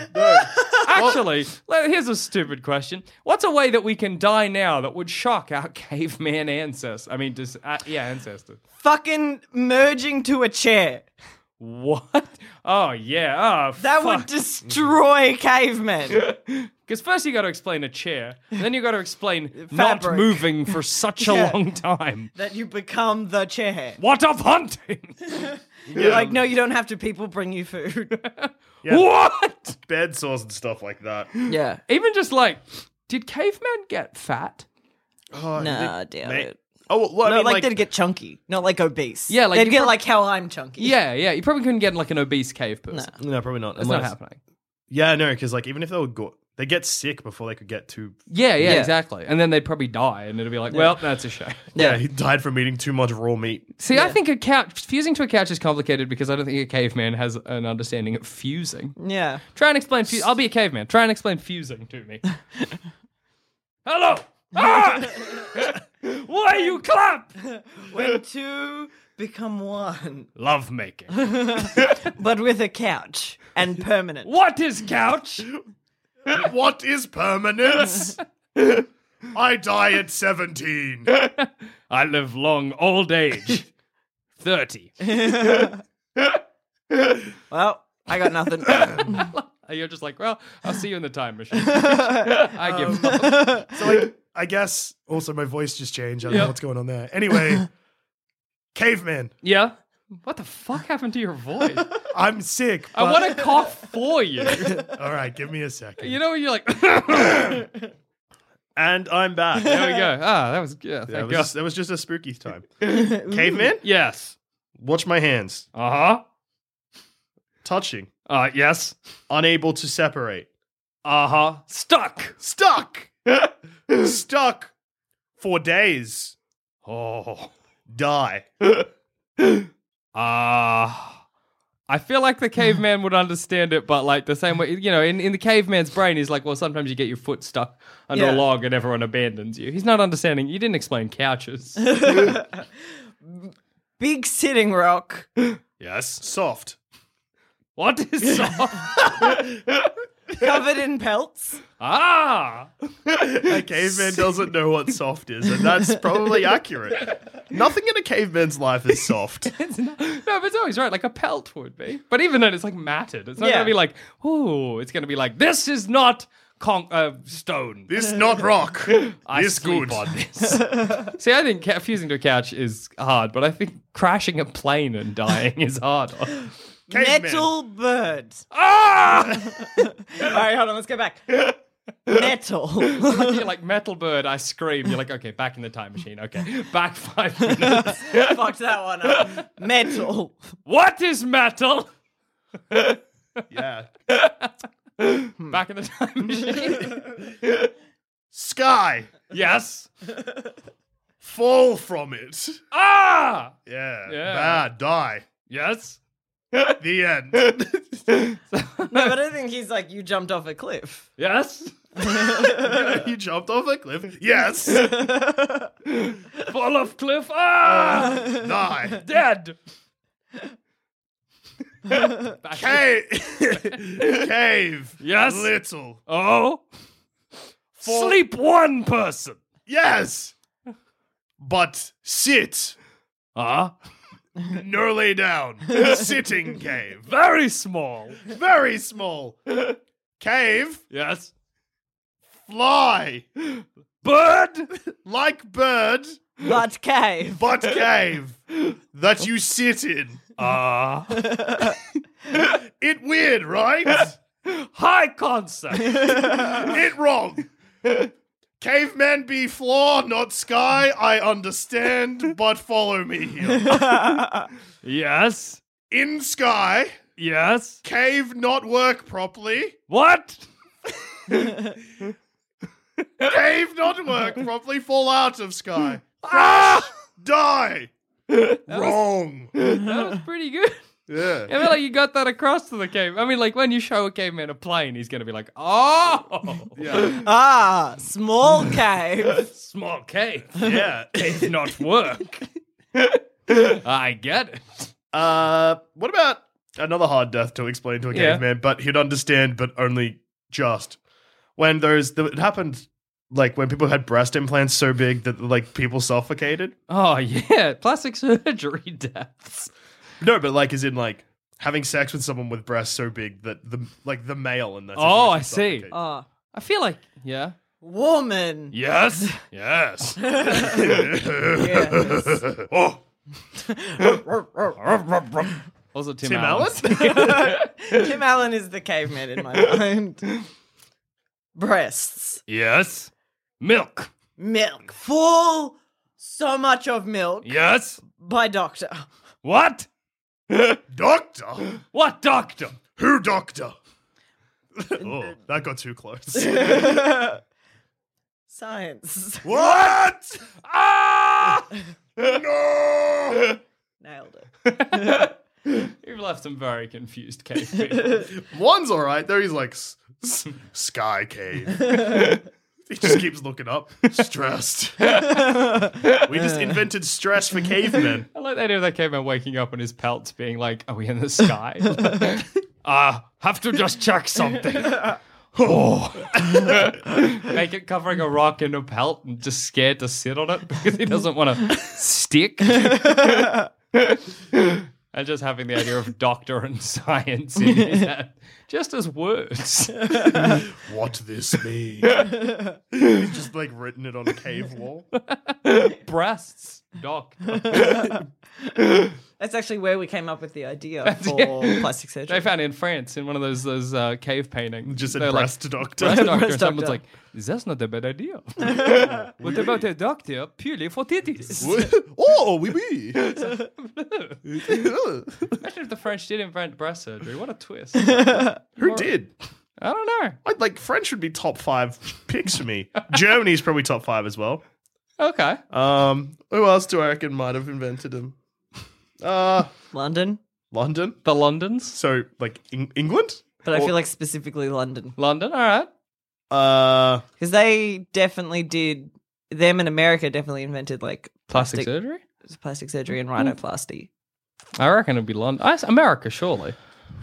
Actually, le- here's a stupid question. What's a way that we can die now that would shock our caveman ancestors? I mean, just uh, yeah, ancestors.
Fucking merging to a chair.
What? Oh yeah. Oh,
That would destroy cavemen.
Because first you got to explain a chair, and then you got to explain not
Fabric.
moving for such a
Yeah.
long time.
that you become the chair.
What of hunting?
You're like, no, you don't have to. People bring you food.
What?
Bed sores and stuff like that.
yeah.
Even just like, did cavemen get fat?
Nah, doubt
Mate-
it.
Oh, well, I
No,
mean,
like,
like,
they'd get chunky, not like obese.
Yeah, like
they'd
you
get
prob-
like how I'm chunky.
Yeah, yeah. You probably couldn't get like an obese cave person.
no, probably not.
That's not happening.
Yeah, no, because like even if they were go- They get sick before they could get to.
Yeah, yeah,
Yeah.
exactly. And then they'd probably die, and it'd be like, well, that's a shame.
Yeah, he died from eating too much raw meat.
See, I think a couch fusing to a couch is complicated because I don't think a caveman has an understanding of fusing.
Yeah.
Try and explain. Fu- I'll be a caveman. Try and explain fusing to me. Hello. Ah! Why you clap?
When two become one,
Love making.
but with a couch and permanent.
What is couch?
What is permanence? I die at 17.
I live long old age. Thirty.
Well, I got nothing.
And You're just like, well, I'll see you in the time machine. I give
Um,
up.
So like, I guess also my voice just changed. I don't know what's going on there. Anyway, caveman,
Yeah. What the fuck happened to your voice?
I'm sick.
I
but-
want to cough for you.
All right, give me a second.
You know, when you're like, there we go.
and I'm back. Yeah,
Ah, that was good. Yeah,
that,
thank
was
God.
just, that was just a spooky time. caveman,
Yes.
watch my hands.
Uh huh.
Touching.
Uh, yes.
Unable to separate.
Uh huh. Stuck.
Stuck. Stuck for days.
Oh.
Die.
Ah. I feel like the caveman would understand it, but like the same way, you know, in, in the caveman's brain, he's like, well, sometimes you get your foot stuck under
Yeah.
a log and everyone abandons you. He's not understanding. You didn't explain couches.
Big sitting rock.
Yes. Soft.
what is soft?
covered in pelts.
ah.
A caveman doesn't know what soft is, and that's probably accurate. Nothing in a caveman's life is soft.
It's not, no, but it's always right. Like a pelt would be. But even then, it's like matted. It's not
Yeah.
going to be like, ooh, it's going to be like, this is not con- uh, stone.
This not rock.
I
this
sleep
good.
on this. See, I think ca- fusing to a couch is hard, but I think crashing a plane and dying is harder.
Caveman.
Metal bird.
ah!
All right, hold on, let's go back. Metal.
You're like metal bird. I scream. You're like, okay, back in the time machine. Okay, back five minutes.
Fucked that one up. Metal.
what is metal?
Yeah.
Back in the time machine.
Sky.
yes.
Fall from it.
Ah.
Yeah.
Yeah.
Bad. Die.
Yes.
The end.
No, but I think he's like, you jumped off a cliff.
Yes.
you jumped off a cliff. Yes.
Fall off cliff. Ah.
Die.
Dead.
Cave. Cave.
Yes.
Little.
Oh. Sleep one person.
Yes. But sit.
Ah.
No lay down. Sitting cave.
Very small.
Very small. Cave.
Yes.
Fly.
Bird.
Like bird,
But cave.
but cave. That you sit in.
Ah.
It weird, right?
High concept.
it wrong. Cavemen be floor, not sky. I understand, but follow me here.
yes.
In sky,
Yes.
cave not work properly.
What?
Cave not work properly. Fall out of sky.
Ah!
Die. Wrong.
That was pretty good.
Yeah.
I feel like you got that across to the cave. I mean, like when you show a caveman a plane, he's gonna be like, "Oh,
Yeah.
Ah, small cave.
small cave,
Yeah.
cave not work." I get it.
Uh, what about another hard death to explain to a
Yeah.
caveman, but he'd understand, but only just when those the, it happened. Like when people had breast implants so big that like people suffocated.
Oh yeah, plastic surgery deaths.
No, but like is in like having sex with someone with breasts so big that the like the male in that. situation
Oh, I see.
suffocated.
Ah,
I feel like yeah.
woman.
Yes. Yes. oh,
Also, Tim,
Tim
Allen.
Allen.
Tim Allen is the caveman in my mind. Breasts.
Yes. Milk.
Milk. Full. So much of milk
Yes.
by doctor.
What?
doctor.
What doctor?
Who doctor? oh, that got too close.
Science.
what? ah! no!
Nailed it.
You've left them very confused, Kate. Green.
One's all right. There he's like s- s- sky cave. he just keeps looking up, stressed. we just invented stress for cavemen.
I like the idea of that caveman waking up and his pelts being like, "Are we in the sky?" Ah, have to just check something. Oh. Make it covering a rock in a pelt and just scared to sit on it because he doesn't want to stick. and just having the idea of doctor and science in his head, just as words.
What this mean? he's just like written it on a cave wall.
Breasts, doctor.
That's actually where we came up with the idea for plastic surgery.
They found it in France in one of those those uh, cave paintings.
Just a
They're like,
breast doctor.
breast doctor.
Breast
Someone's
doctor.
like, that's not a bad idea. what about a doctor purely for titties?
oh, we oui,
Imagine if the French did invent breast surgery. What a twist.
Who did?
I don't know.
I'd like French would be top five picks for me. Germany's probably top five as well.
Okay.
Um, who else do I reckon might have invented him? Uh,
London.
London.
The Londons.
So like Eng- England.
But I
Or-
feel like specifically London.
London, all right.
Uh,
Because they definitely did, them in America definitely invented like
Plastic surgery?
plastic surgery and
Mm.
rhinoplasty.
I reckon it'd be London. I, America, surely.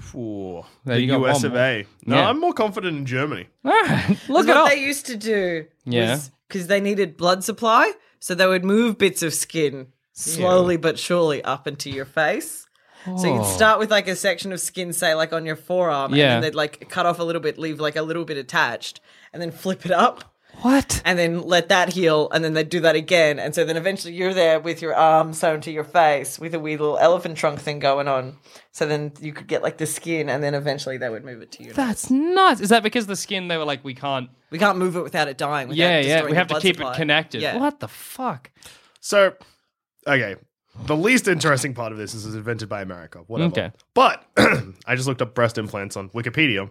for
There
the
you go,
US
one
of
more.
A. No,
Yeah.
I'm more confident in Germany.
All right.
Because
Look
what
it up.
they used to do.
Yeah.
Because they needed blood supply, so they would move bits of skin slowly but surely up into your face. So you
Oh.
could start with like a section of skin, say like on your forearm, and
Yeah.
then they'd like cut off a little bit, leave like a little bit attached, and then flip it up,
What?
and then let that heal, and then they'd do that again, and so then eventually you're there with your arm sewn to your face with a wee little elephant trunk thing going on. So then you could get like the skin, and then eventually they would move it to you.
That's nuts. Is that because the skin, they were like, we can't.
We can't move it without it dying. Without
Yeah, yeah.
destroying
We
the
have to
blood
keep
supply.
it connected.
Yeah.
What the fuck?
So, okay, the least interesting part of this is it's invented by America. Whatever.
Okay.
But I just looked up breast implants on Wikipedia,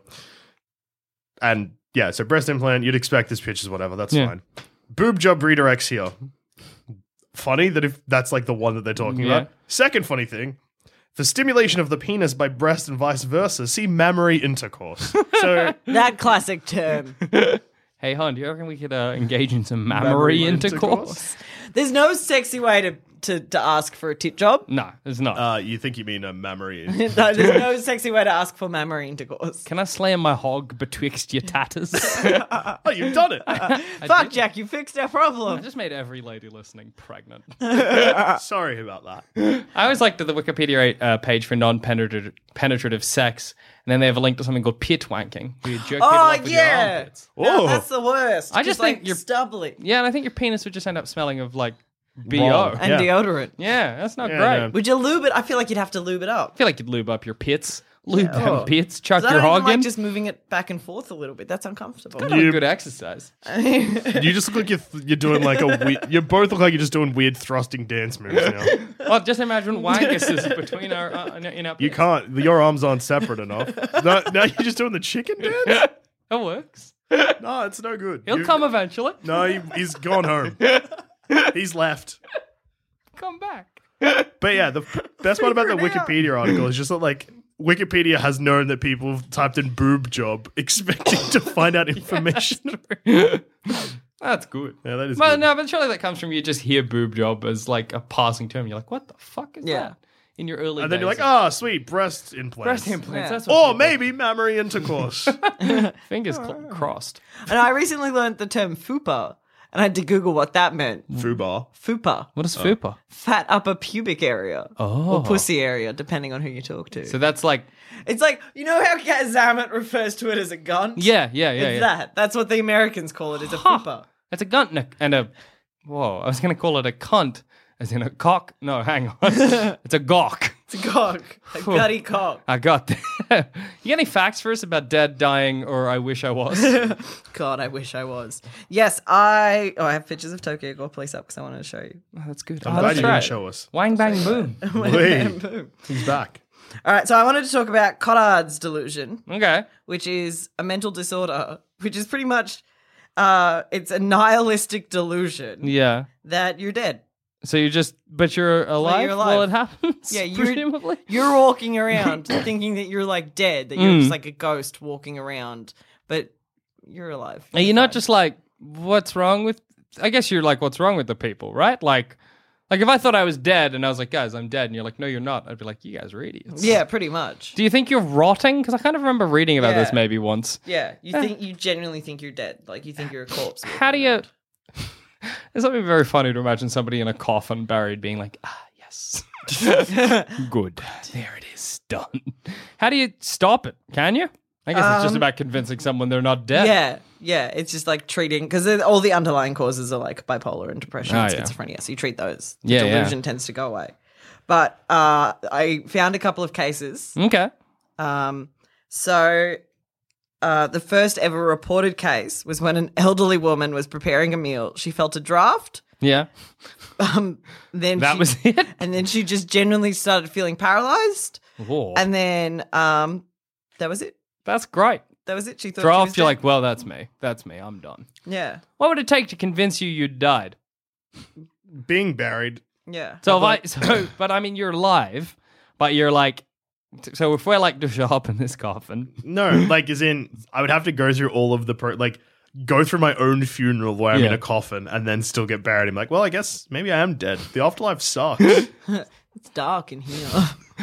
and yeah, so breast implant. You'd expect this pictures, whatever. That's
Yeah.
fine. Boob job redirects here. Funny that if that's like the one that they're talking
Yeah.
about. Second funny thing. For stimulation of the penis by breast and vice versa, see mammary intercourse. So
That classic term.
Hey, hon, do you reckon we could uh, engage in some mammary, intercourse?
There's no sexy way to, to, to ask for a tit job.
No, it's not.
Uh, you think you mean a mammary?
No, there's no sexy way to ask for mammary intercourse.
Can I slam my hog betwixt your tatters?
oh, you've done it.
Fuck, Jack, you fixed our
I
problem.
just made every lady listening pregnant.
Sorry about that.
I always liked the Wikipedia uh, page for non-penetrative penetrative sex, and then they have a link to something called pit wanking, where you jerk
Oh,
people off with your
yeah.
armpits.
No,
Oh.
that's the worst.
I just think
like
you're-
stubbly
Yeah, and I think your penis would just end up smelling of like bo.
Wrong.
and deodorant.
Yeah, that's not
Yeah,
great.
no.
I
Would you lube it? I feel like you'd have to lube it up.
feel like you'd lube up your pits, lube
Oh.
them pits, chuck
'Cause I
your
don't even
hog in.
like just moving it back and forth a little bit. That's uncomfortable.
Kind of a good exercise.
You just look like you're, you're doing like a. We- you both look like you're just doing weird thrusting dance moves now.
Oh, just imagine wankuses between our uh, in our.
You
pits.
can't. Your arms aren't separate enough. No, now you're just doing the chicken dance.
That works.
No, it's no good.
He'll
You-
come eventually.
No, he, he's gone home. He's left.
Come back.
But yeah, the f- best part about the Wikipedia article is just that like Wikipedia has known that people have typed in boob job expecting to find out information.
That's good.
Yeah, that is
Well,
good.
no, but surely that comes from you just hear boob job as like a passing term. You're like, what the fuck is
Yeah.
that? In your early
And then you're
days
like, "Oh,
of
ah, sweet breast implants.
breast implants.
Yeah.
That's what
Or
people-
maybe mammary intercourse.
fingers cl- crossed.
and I recently learned the term fupa, and I had to Google what that meant.
Fubar.
Fupa,
What is
Oh.
fupa?
fat upper pubic area,
Oh.
or pussy area, depending on who you talk to.
So that's like,
It's like you know how Gazamet refers to it as a gun.
yeah, yeah, yeah,
it's
yeah.
that. That's what the Americans call it. It's a fupa.
That's a gunt and a, and a. Whoa, I was gonna call it a cunt, as in a cock. No, hang on. it's a gawk.
It's a cock. A gutty cock.
I got that. you got any facts for us about dad dying or I wish I was?
God, I wish I was. Yes, I. Oh, I have pictures of Tokyo Gore Police up because I wanted to show you.
Oh, that's good.
I'm glad you didn't show us.
Wang bang boom.
Wait,
Boom.
he's back.
All right, so I wanted to talk about Cottard's delusion,
Okay.
which is a mental disorder, which is pretty much uh, it's a nihilistic delusion
Yeah.
that you're dead.
So you just, but you're alive,
you're
while
alive.
it happens.
Yeah, you're-
presumably.
You're walking around thinking that you're like dead, that you're
Mm.
just like a ghost walking around, but you're alive.
Are you not just like, what's wrong with? I guess you're like, what's wrong with the people, right? Like, like if I thought I was dead and I was like, guys, I'm dead, and you're like, no, you're not. I'd be like, you guys are idiots.
Yeah, pretty much.
Do you think you're rotting? Because I kind of remember reading about this
Yeah.
maybe once.
Yeah, you think you genuinely think you're dead, like you think you're a corpse.
Uh. How do you? It's something very funny to imagine somebody in a coffin buried being like, ah, yes, good. There it is, done. How do you stop it? Can you? I guess it's just about convincing someone they're not dead.
Um, Yeah, yeah. It's just like treating because all the underlying causes are like bipolar and depression,
Ah,
and
yeah.
schizophrenia. So you treat those. The
Yeah, yeah.
delusion tends to go away. But uh, I found a couple of cases.
Okay.
Um, so uh, the first ever reported case was when an elderly woman was preparing a meal. She felt a draft.
Yeah.
Um, then
That
she-
was it.
and then she just generally started feeling paralyzed.
Whoa.
And then um, that was it.
That's great.
That was it. She thought
Throw
she
off,
was
you're
dead.
like, well, that's me. That's me. I'm done.
yeah,
What would it take to convince you you'd died?
Being buried.
yeah.
So if I, so, but I mean, you're alive, but you're like, so if we're like to show up in this coffin,
No, like as in, I would have to go through all of the pro- like go through my own funeral where I'm
Yeah.
in a coffin and then still get buried. I'm like, well, I guess maybe I am dead. The afterlife sucks.
It's dark in here.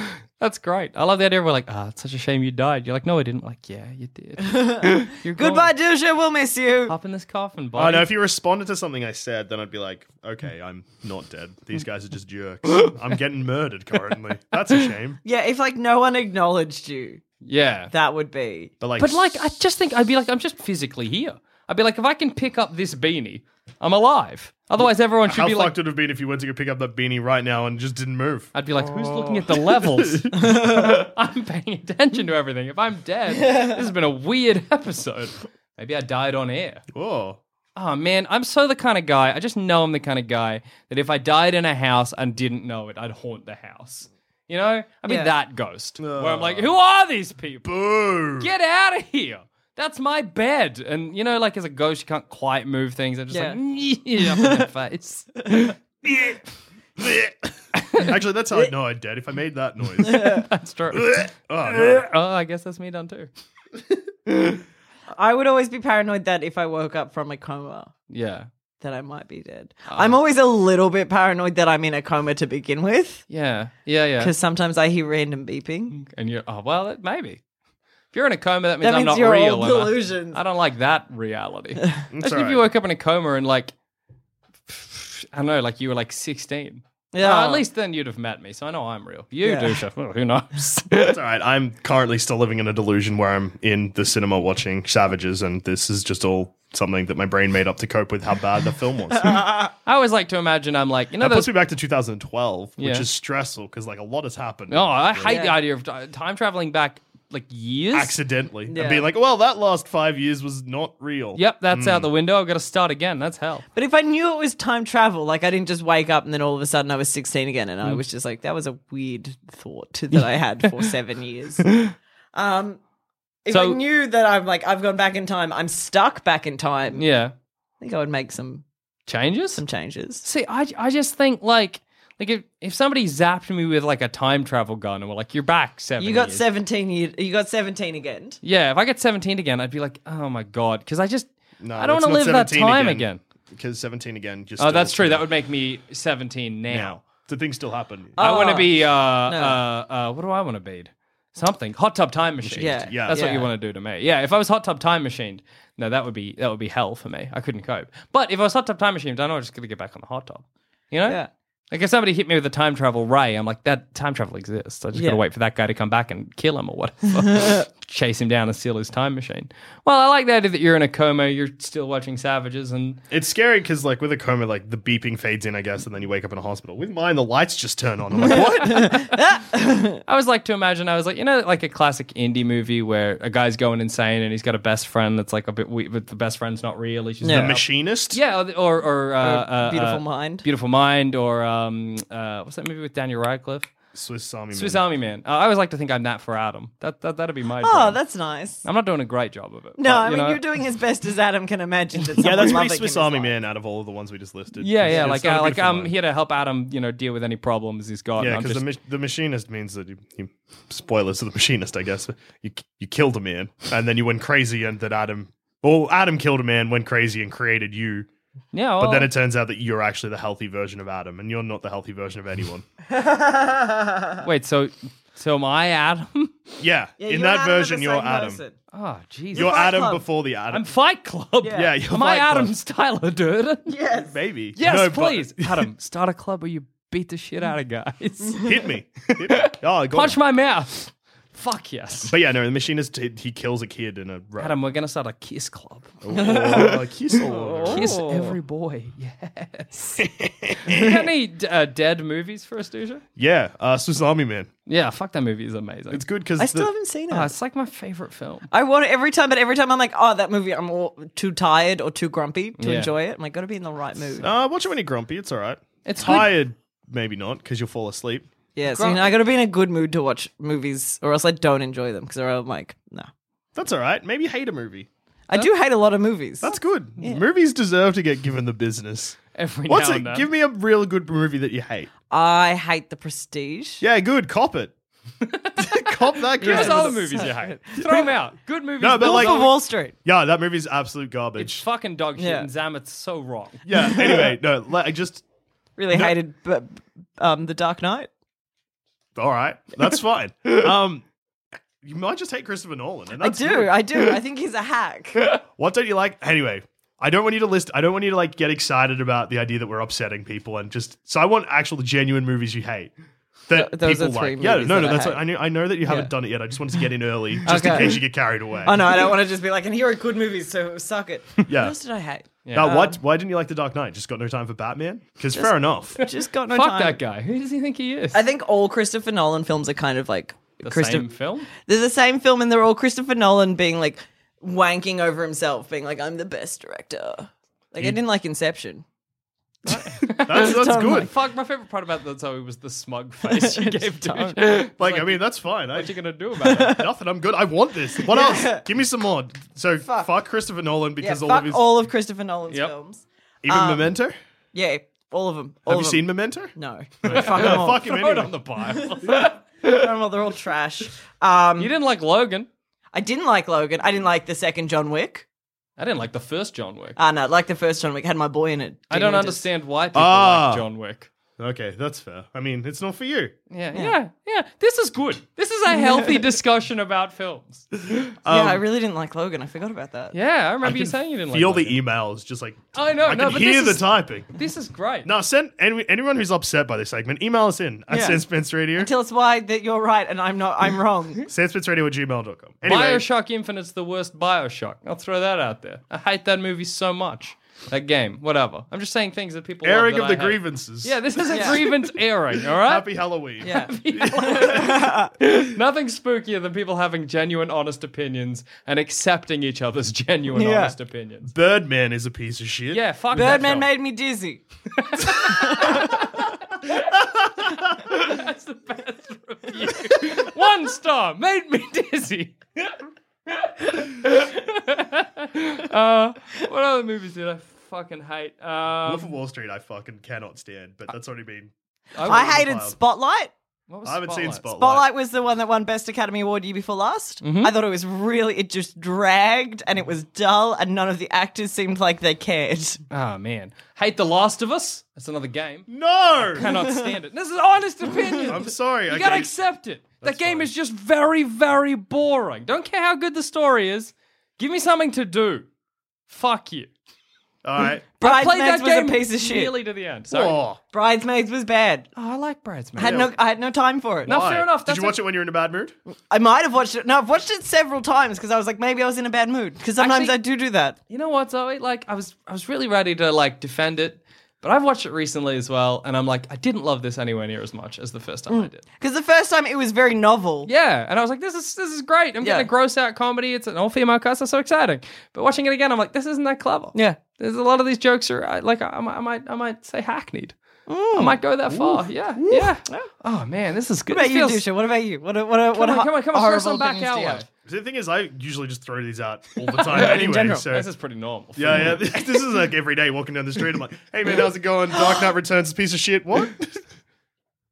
that's great. I love the idea. We're like, ah, it's such a shame you died. You're like, no, I didn't. Like, yeah, you did. you're gone.
Goodbye, Dilsha. We'll miss you.
Up in this coffin,
I
buddy.
know if you responded to something I said, then I'd be like, okay, I'm not dead. These guys are just jerks. I'm getting murdered currently. That's a shame.
Yeah, if like no one acknowledged you,
yeah.
that would be.
But like,
But like, I just think I'd be like, I'm just physically here. I'd be like, if I can pick up this beanie, I'm alive. Otherwise, everyone should
how
be
fucked
like,
would it have been if you went to go pick up that beanie right now and just didn't move?
I'd be like, who's looking at the levels? I'm paying attention to everything. If I'm dead, this has been a weird episode. Maybe I died on air.
Whoa.
Oh man, I'm so the kind of guy. I just know I'm the kind of guy that if I died in a house and didn't know it, I'd haunt the house. You know, I'd be
Yeah.
that ghost where I'm like, who are these people?
Boo.
Get out of here. That's my bed. And you know, like as a ghost, you can't quite move things. I'm just
Yeah.
like, "Yeah," up in their face.
Actually, that's how I know I'm dead. If I made that noise.
That's true.
Oh, no.
oh, I guess that's me done too.
I would always be paranoid that if I woke up from a coma,
Yeah.
that I might be dead.
Ah.
I'm always a little bit paranoid that I'm in a coma to begin with,
Yeah. Yeah. Yeah.
because sometimes I hear random beeping.
And you're, oh, well, it, maybe. If you're in a coma, that means,
That means
I'm not
you're
real.
all
and I-
delusions.
I, don't like that reality.
It's
Imagine if
alright.
you woke up in a coma and, like, I don't know, like you were like 16.
Yeah.
Oh, at least then you'd have met me, so I know I'm real. You,
Yeah.
douche. Well, who knows?
It's all right. I'm currently still living in a delusion where I'm in the cinema watching Savages, and this is just all something that my brain made up to cope with how bad the film was. that
I always like to imagine I'm like, you know,
puts me
those.
back to 2012,
Yeah.
which is stressful because like a lot has happened.
Oh, I hate the
Yeah.
idea of ti- time traveling back like years.
accidentally,
Yeah.
and being like, "Well, that last five years was not real."
Yep, that's
Mm.
out the window. I've got to start again. That's hell.
But if I knew it was time travel, like I didn't just wake up and then all of a sudden I was 16 again, and I
Hmm.
was just like, that was a weird thought that I had for seven years. Um, if
So-
I knew that I'm like, I've gone back in time, I'm stuck back in time,
Yeah.
I think I would make some
Changes?
some changes.
See, I, I just think like like if, if somebody zapped me with like a time travel gun and were like, "You're back seven.
You got
years."
17 year, you got 17 again.
Yeah, if I get seventeen again, I'd be like, "Oh my god," because I just
No,
I don't
that's
want to live
not
that
17
time
again.
again.
because 17 again. Just
Oh, that's
still-
true. That would make me seventeen now.
now. So things still happen.
I want to
Oh.
be uh, uh uh what do I want to be? Something hot tub time machine.
Yeah.
Yeah.
that's what you
Yeah.
want to do to me. Yeah, if I was hot tub time machined, no, that would be that would be hell for me. I couldn't cope. But if I was hot tub time machined, I know I'm just gonna get back on the hot tub. You know?
Yeah.
Like if somebody hit me with a time travel ray, I'm like, that time travel exists. I just
Yeah.
gotta wait for that guy to come back and kill him or whatever. Chase him down and steal his time machine. Well, I like the idea that you're in a coma, you're still watching Savages and
It's scary because, like, with a coma, like the beeping fades in, I guess, and then you wake up in a hospital. With mine, the lights just turn on. I'm like, what?
I always like to imagine I was like you know like a classic indie movie where a guy's going insane and he's got a best friend that's like a bit weird, but the best friend's not real. He's just
Yeah.
made
the
up.
machinist.
Yeah, or or, or, uh, uh,
Beautiful
uh,
mind.
Beautiful Mind, or um, uh, what's that movie with Daniel Radcliffe?
Swiss Army.
Swiss
Man.
Army Man. Uh, I always like to think I nap for Adam. That, that, that'd be my
Oh,
dream.
that's nice.
I'm not doing a great job of it.
No,
but,
I
you
mean
know-
you're doing as best as Adam can imagine. That
Yeah, that's
my
pretty Swiss Army Man out of all of the ones we just listed.
Yeah,
It's-
yeah,
it's
like
not a
uh, like
beautiful
I'm
line.
here to help Adam, you know, deal with any problems he's got.
Yeah,
and I'm
because the,
just-
mach- the machinist means that you, you spoilers to the machinist, I guess. You you killed a man, and then you went crazy, and that Adam, well, Adam killed a man, went crazy, and created you.
yeah,
But
well,
then it turns out that you're actually the healthy version of Adam, and you're not the healthy version of anyone.
wait, so so am I Adam?
Yeah, in that version, you're Adam.
oh, Jesus,
You're
Fight
Adam
Club.
before the Adam.
I'm Fight Club.
Yeah.
yeah, you're
am I
Fight Club.
Adam Styler, dude?
Yes.
Maybe.
Yes,
No, but-
please, Adam, start a club where you beat the shit out of guys,
hit me. Hit me. Oh, I got
punch
him.
my mouth. Fuck yes,
But yeah, no, the machinist he, he kills a kid in a row.
Adam, we're gonna start a kiss club.
Oh, a kiss award.
Kiss every boy. Yes. you got any d- uh, dead movies for us, Dusha?
Yeah, uh, Swiss Army Man.
Yeah, fuck that movie is amazing.
It's good because
I still haven't seen it.
Ah,
Oh, it's like my favorite film.
I want it every time, but every time I'm like, oh, that movie, I'm all too tired or too grumpy to
Yeah.
enjoy it. I'm like, gotta be in the right mood.
Uh, watch it when you're grumpy. It's all right.
It's good.
tired, maybe not, because you'll fall asleep.
Yeah, so you know, I gotta be in a good mood to watch movies, or else I don't enjoy them because I'm like, nah.
That's all right. Maybe hate a movie.
I do hate a lot of movies.
That's good. Movies deserve to get given the business.
Every
What's
now
it?
and then.
Give me a real good movie that you hate.
I hate The Prestige.
Yeah, good. Cop it. Cop that.
Give us
Christmas.
all the movies you hate. Throw them out. Good movies.
No, but
Wolf
like-
of
Wolf of Wall Street.
Yeah, that movie's absolute garbage.
It's fucking dog shit,
Yeah.
and Zamet's so wrong.
yeah. Anyway, no. Like, I just
Really hated b- um, The Dark Knight.
all right. That's fine. Um, you might just hate Christopher Nolan. And
I
that's
do,
good.
I do. I think he's a hack.
What don't you like? Anyway, I don't want you to list. I don't want you to like get excited about the idea that we're upsetting people and just. So I want actual genuine movies you hate. That
Th- those
people
are three
like. yeah,
movies
no, no,
that I
that's.
hate.
what- I, knew, I know that you haven't
Yeah.
done it yet. I just wanted to get in early, just in
Okay.
case you get carried away.
Oh no, I don't want to just be like, and here are good movies, so suck it. What
Yeah.
else did I hate?
Now, what? Why didn't you like the Dark Knight? Just got no time for Batman? Because fair enough.
Just got no
Fuck
time.
that guy. Who does he think he is?
I think all Christopher Nolan films are kind of like
the same
Christopher.
film.
They're the same film, and they're all Christopher Nolan being like wanking over himself, being like, "I'm the best director." Like I didn't like Inception.
That's, that's good.
Fuck. My favorite part about that Zoe was the smug face you gave to him.
Like, I mean, that's fine. I,
What you gonna do about it?
nothing. I'm good. I want this. What else? Give me some more. So fuck, Christopher Nolan
Yeah,
because all
fuck
of his
all of Christopher Nolan's
Yep.
films.
even Memento.
Yeah, all of them. All
Have
of
you
them.
seen Memento?
No, fuck them
No,
all.
fuck him anyway.
on the Bible.
Fuck them all. They're all trash. Um,
you didn't like Logan.
I didn't like Logan. I didn't like the second John Wick.
I didn't like the first John Wick.
Ah, no, like the first John Wick had my boy in it.
I don't
Didn't it?
understand why people
Ah.
like John Wick.
Okay, that's fair. I mean, it's not for you.
Yeah, yeah, yeah, This is good. This is a healthy discussion about films.
yeah, I really didn't like Logan. I forgot about that.
um, Yeah, I remember you saying you didn't
Feel
like
the e-
Logan.
emails, just like
I know,
I
no,
can
but
hear
this
the
is-
typing.
This is great.
Now send any, anyone who's upset by this segment, email us in at
Yeah.
Sandspence Radio,
Tell us why that you're right and I'm not. I'm wrong.
sandspinceradio at gmail.com. Anyway,
Bioshock Infinite's the worst Bioshock. I'll throw that out there. I hate that movie so much. That game, whatever. I'm just saying things that people love
airing
that
of
I
the
hate.
grievances.
Yeah, this is a grievance airing. All right.
Happy Halloween.
Yeah.
Nothing spookier than people having genuine, honest opinions and accepting each other's genuine,
Yeah.
honest opinions.
Birdman is a piece of shit.
Yeah, fuck that
Birdman
film.
made me dizzy.
That's the best review. One star made me dizzy. uh, what other movies did I fucking hate? Um,
Wolf of Wall Street, I fucking cannot stand, but that's already been.
I hated
Wild.
Spotlight.
what was
I haven't seen Spotlight.
Spotlight was the one that won Best Academy Award year before last.
Mm-hmm.
I thought it was really, it just dragged and it was dull and none of the actors seemed like they cared.
Oh man, hate The Last of Us. That's another game.
No!
Cannot stand it. This is honest opinion.
I'm sorry.
You
I
gotta
can-
accept it.
That's
that game
fine.
is just very, very boring. Don't care how good the story is. Give me something to do. Fuck you.
All right.
I played
Bridesmaids
that
was
game
a piece of shit.
nearly to the end. Sorry.
Oh,
Bridesmaids was bad.
Oh, I like Bridesmaids.
I had no, I had no time for it.
No,
why?
Oh, fair enough.
Did
That's
you
a-
watch it when you're in a bad mood?
I might have watched it. No, I've watched it several times because I was like, maybe I was in a bad mood. Because sometimes
Actually-
I do do that.
you know what, Zoe? Like, I was, I was really ready to like defend it, but I've watched it recently as well, and I'm like, I didn't love this anywhere near as much as the first
Mm.
time I did.
Because the first time it was very novel.
Yeah, and I was like, this is this is great. I'm
Yeah.
getting a gross out comedy. It's an all female cast. That's so exciting. But watching it again, I'm like, this isn't that clever.
Yeah.
there's a lot of these jokes are I- like, I, I might, I might say hackneyed.
Mm.
I might go that far. Yeah, yeah. Oh man, this is good.
What
This
about you,
feels-
Dusha? What about you? What what what?
Come on,
ho-
come on, come on. Throw
horrible
some back
things
our
do you
way.
have?
The thing is, I usually just throw these out all the time anyway.
general,
so
this is pretty normal. for me.
yeah, yeah. This is like every day walking down the street. I'm like, hey man, how's it going? Dark Knight Returns, piece of shit. What?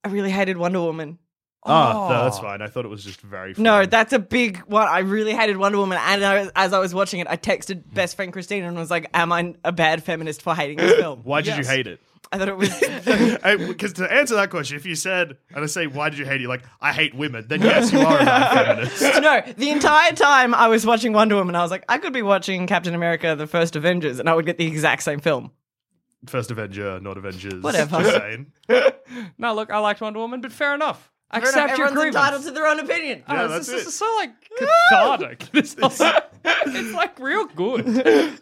I really hated Wonder Woman.
Ah, no, that's fine. I thought it was just very. Funny.
No, that's a big one. I really hated Wonder Woman, and I, as I was watching it, I texted best friend Christina and was like, "Am I a bad feminist for hating this film?"
Why did you
Yes.
hate it?
I thought it was.
Because to answer that question, if you said, and I say, why did you hate it? Like, I hate women. Then yes, you are a bad feminist.
no, the entire time I was watching Wonder Woman, I was like, I could be watching Captain America: The First Avengers, and I would get the exact same film.
First Avenger, not Avengers.
Whatever.
Just saying.
No, look, I liked Wonder Woman, but fair enough.
Fair enough,
Accept your
Everyone's
grievance.
entitled to their own opinion.
Oh,
Yeah,
this,
that's
is- this
it.
is so like cathartic. This whole- it's like real good.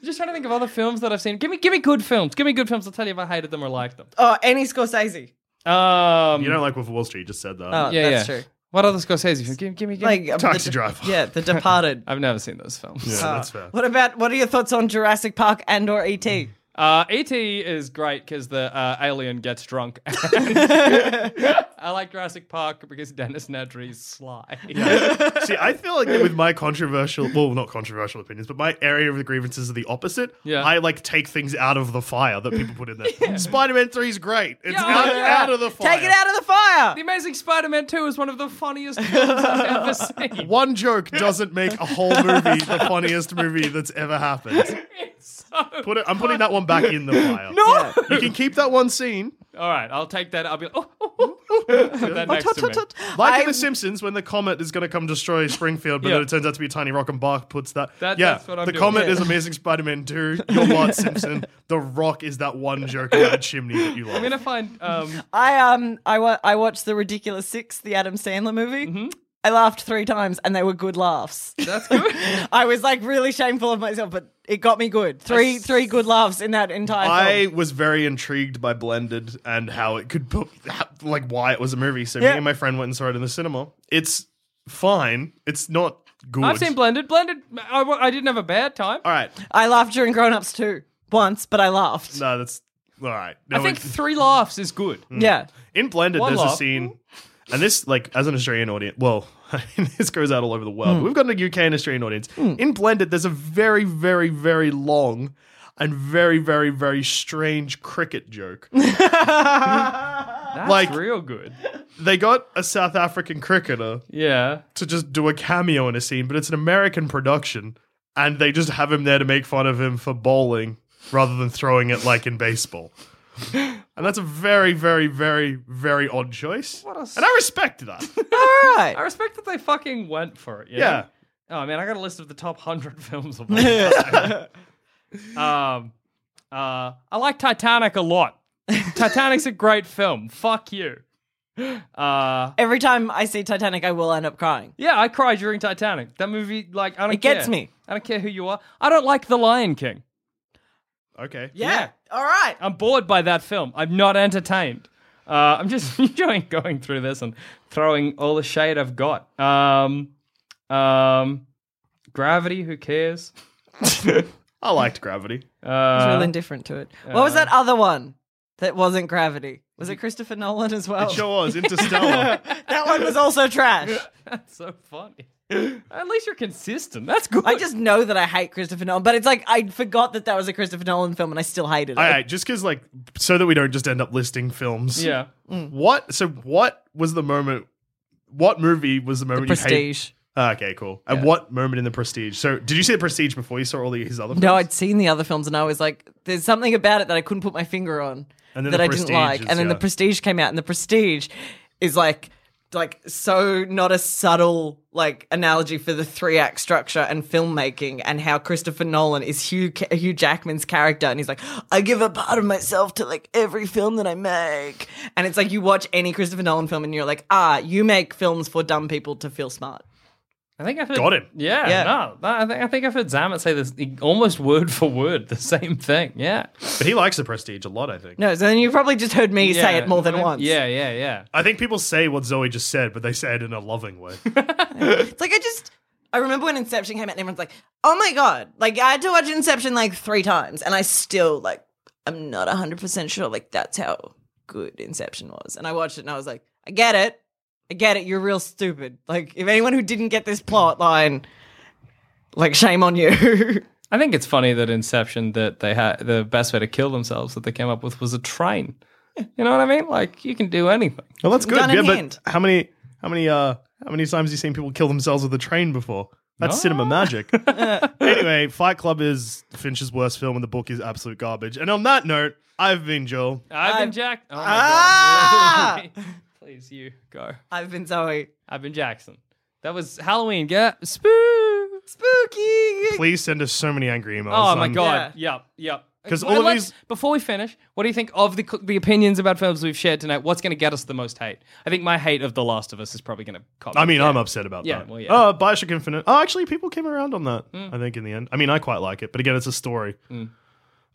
Just trying to think of other films that I've seen. Give me, give me good films. Give me good films. I'll tell you if I hated them or liked them.
Oh, any Scorsese.
Um,
You don't like Wolf of Wall Street. You just said that.
Oh,
yeah,
that's
yeah.
true.
What other Scorsese film? Give, give me, give me.
Like uh,
Taxi
the,
Driver.
Yeah, The Departed.
I've never seen those films.
yeah,
Uh,
that's fair.
What about what are your thoughts on Jurassic Park and or E ET?
Hmm.
Uh, ET is great because the uh, alien gets drunk. I like Jurassic Park because Dennis Nedry's sly.
See, I feel like with my controversial, well, not controversial opinions, but my area of the grievances are the opposite.
Yeah.
I like take things out of the fire that people put in there. Spider Man 3 is great. It's
Yeah,
out,
yeah.
out of the fire.
Take it out of the fire.
the Amazing Spider-Man Two is one of the funniest films I've ever seen.
One joke doesn't make a whole movie the funniest movie that's ever happened.
It's so
Put it, I'm putting that one back in the fire.
No.
You can keep that one scene.
All right, I'll take that. I'll be like, oh, oh, oh,
Mm-hmm.
oh. Put that next to me.
Like in
I'm-
The Simpsons, when the comet is going to come destroy Springfield, but
Yeah.
then it turns out to be a tiny rock, and Bach puts that.
That-
yeah,
that's what I'm
the
doing.
comet
Yeah.
is Amazing Spider-Man 2. You're Bart Simpson. The rock is that one joke about a chimney that you
I'm gonna
love.
find. Um,
I um I wa- I watched the Ridiculous Six, the Adam Sandler movie.
Mm-hmm.
I laughed three times, and they were good laughs.
that's good.
I was like really shameful of myself, but it got me good. Three three good laughs in that entire.
I
film.
was very intrigued by Blended and how it could, put, how- like, why it was a movie. So
Yeah.
me and my friend went and saw it in the cinema. It's fine. It's not good.
I've seen Blended. Blended. I, wa- I didn't have a bad time.
All right.
I laughed during Grown Ups too once, but I laughed.
No, that's all right. No, Mm.
I think
it-
three laughs is good.
Yeah,
In Blended,
One
there's a
laugh.
scene, and this, like, as an Australian audience, well, this goes out all over the world.
Hmm.
We've got a UK and Australian audience. In Blended, there's a very, very, very long and very, very, very strange cricket joke.
That's
Like-
real good.
they got a South African cricketer
Yeah.
to just do a cameo in a scene, but it's an American production, and they just have him there to make fun of him for bowling rather than throwing it like in baseball. And that's a very, very, very, very odd choice.
a
and I respect that.
all
I
right.
respect that they fucking went for it. you know?
yeah.
Oh man, I got a list of the top hundred films of all time. um, uh, I like Titanic a lot. Titanic's a great film. Fuck you. Uh,
Every time I see Titanic, I will end up crying.
yeah, I cry during Titanic. That movie, like, I don't.
It gets
care.
me.
I don't care who you are. I don't like The Lion King.
Okay.
Yeah.
Yeah.
All right.
I'm bored by that film. I'm not entertained. Uh, I'm just enjoying going through this and throwing all the shade I've got. Um, um, gravity. Who cares?
I liked Gravity.
I was
Uh,
Uh-huh.
real indifferent to it. what was that other one that wasn't Gravity? Was it Christopher Nolan as well?
It sure was Interstellar.
that one was also trash.
That's so funny. At least you're consistent. That's good.
I just know that I hate Christopher Nolan, but it's like I forgot that that was a Christopher Nolan film and I still hated it.
All right, just because, like, so that we don't just end up listing films. Mm.
yeah.
What? So, what was the moment? What movie was the moment you hate?
Prestige.
Ah, okay, cool. And what moment in the Prestige? So, did you see the Prestige before you saw all the, his other? Films?
No, I'd seen the other films and I was like, there's something about it that I couldn't put my finger on
And then
that
The
I didn't
Prestige
like.
is-
and then the
yeah.
Prestige came out, and the Prestige is like like so not a subtle like analogy for the three act structure and filmmaking and how Christopher Nolan is Hugh Hugh Jackman's character and he's like I give a part of myself to like every film that I make and it's like you watch any Christopher Nolan film and you're like ah you make films for dumb people to feel smart
I think I've heard,
Got him.
Yeah,
Yeah.
No, no, I think I think I've heard Zamet say this almost word for word the same thing. Yeah.
But he likes the Prestige a lot. I think.
no so then you probably just heard me say
Yeah.
it more than once
Yeah, yeah, yeah.
I think people say what Zoe just said, but they say it in a loving way.
It's like I just I remember when Inception came out and everyone's like, "Oh my god!" Like I had to watch Inception like three times, and I still like I'm not hundred percent sure like that's how good Inception was. And I watched it and I was like, I get it. I get it. You're real stupid. Like, if anyone who didn't get this plot line, like, shame on you.
I think it's funny that Inception that they had the best way to kill themselves that they came up with was a train. You know what I mean? Like you can do anything.
Well, that's good.
Gun in
yeah, but
hand.
how many, how many, uh, how many times have you seen people kill themselves with a train before? That's cinema magic. anyway, Fight Club is Fincher's worst film, and the book is absolute garbage. And on that note, I've been Joel.
I've been Jack. Oh my
Ah!
god. Please you go.
I've been Zoe.
I've been Jackson. That was Halloween. Yeah. Spook.
Spooky.
Please send us so many angry emails.
Oh my
I'm-
god. Yep. Yep.
'Cause
Well,
all of
let's-
these-
Before we finish, what do you think of the cl- the opinions about films we've shared tonight? What's going to get us the most hate? I think my hate of The Last of Us is probably going to. cop
I mean,
it.
I'm upset about
Yeah,
that.
well, yeah. Hmm.
Uh, Bioshock Infinite. Oh, actually, people came around on that. I think in the end. I mean, I quite like it, but again, it's a story.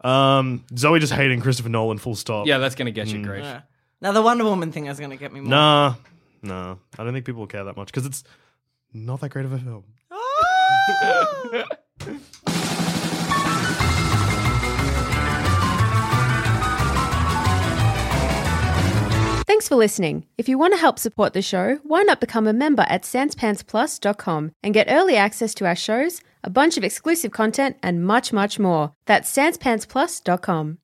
Um, Zoe just hating Christopher Nolan. Full stop.
Yeah, that's going to get you,
Mm.
Grief.
Now, the Wonder Woman thing is going to get me more.
Nah, nah. I don't think people will care that much because it's not that great of a film.
Thanks for listening. If you want to help support the show, why not become a member at sanspantsplus.com and get early access to our shows, a bunch of exclusive content, and much, much more. That's sanspantsplus.com.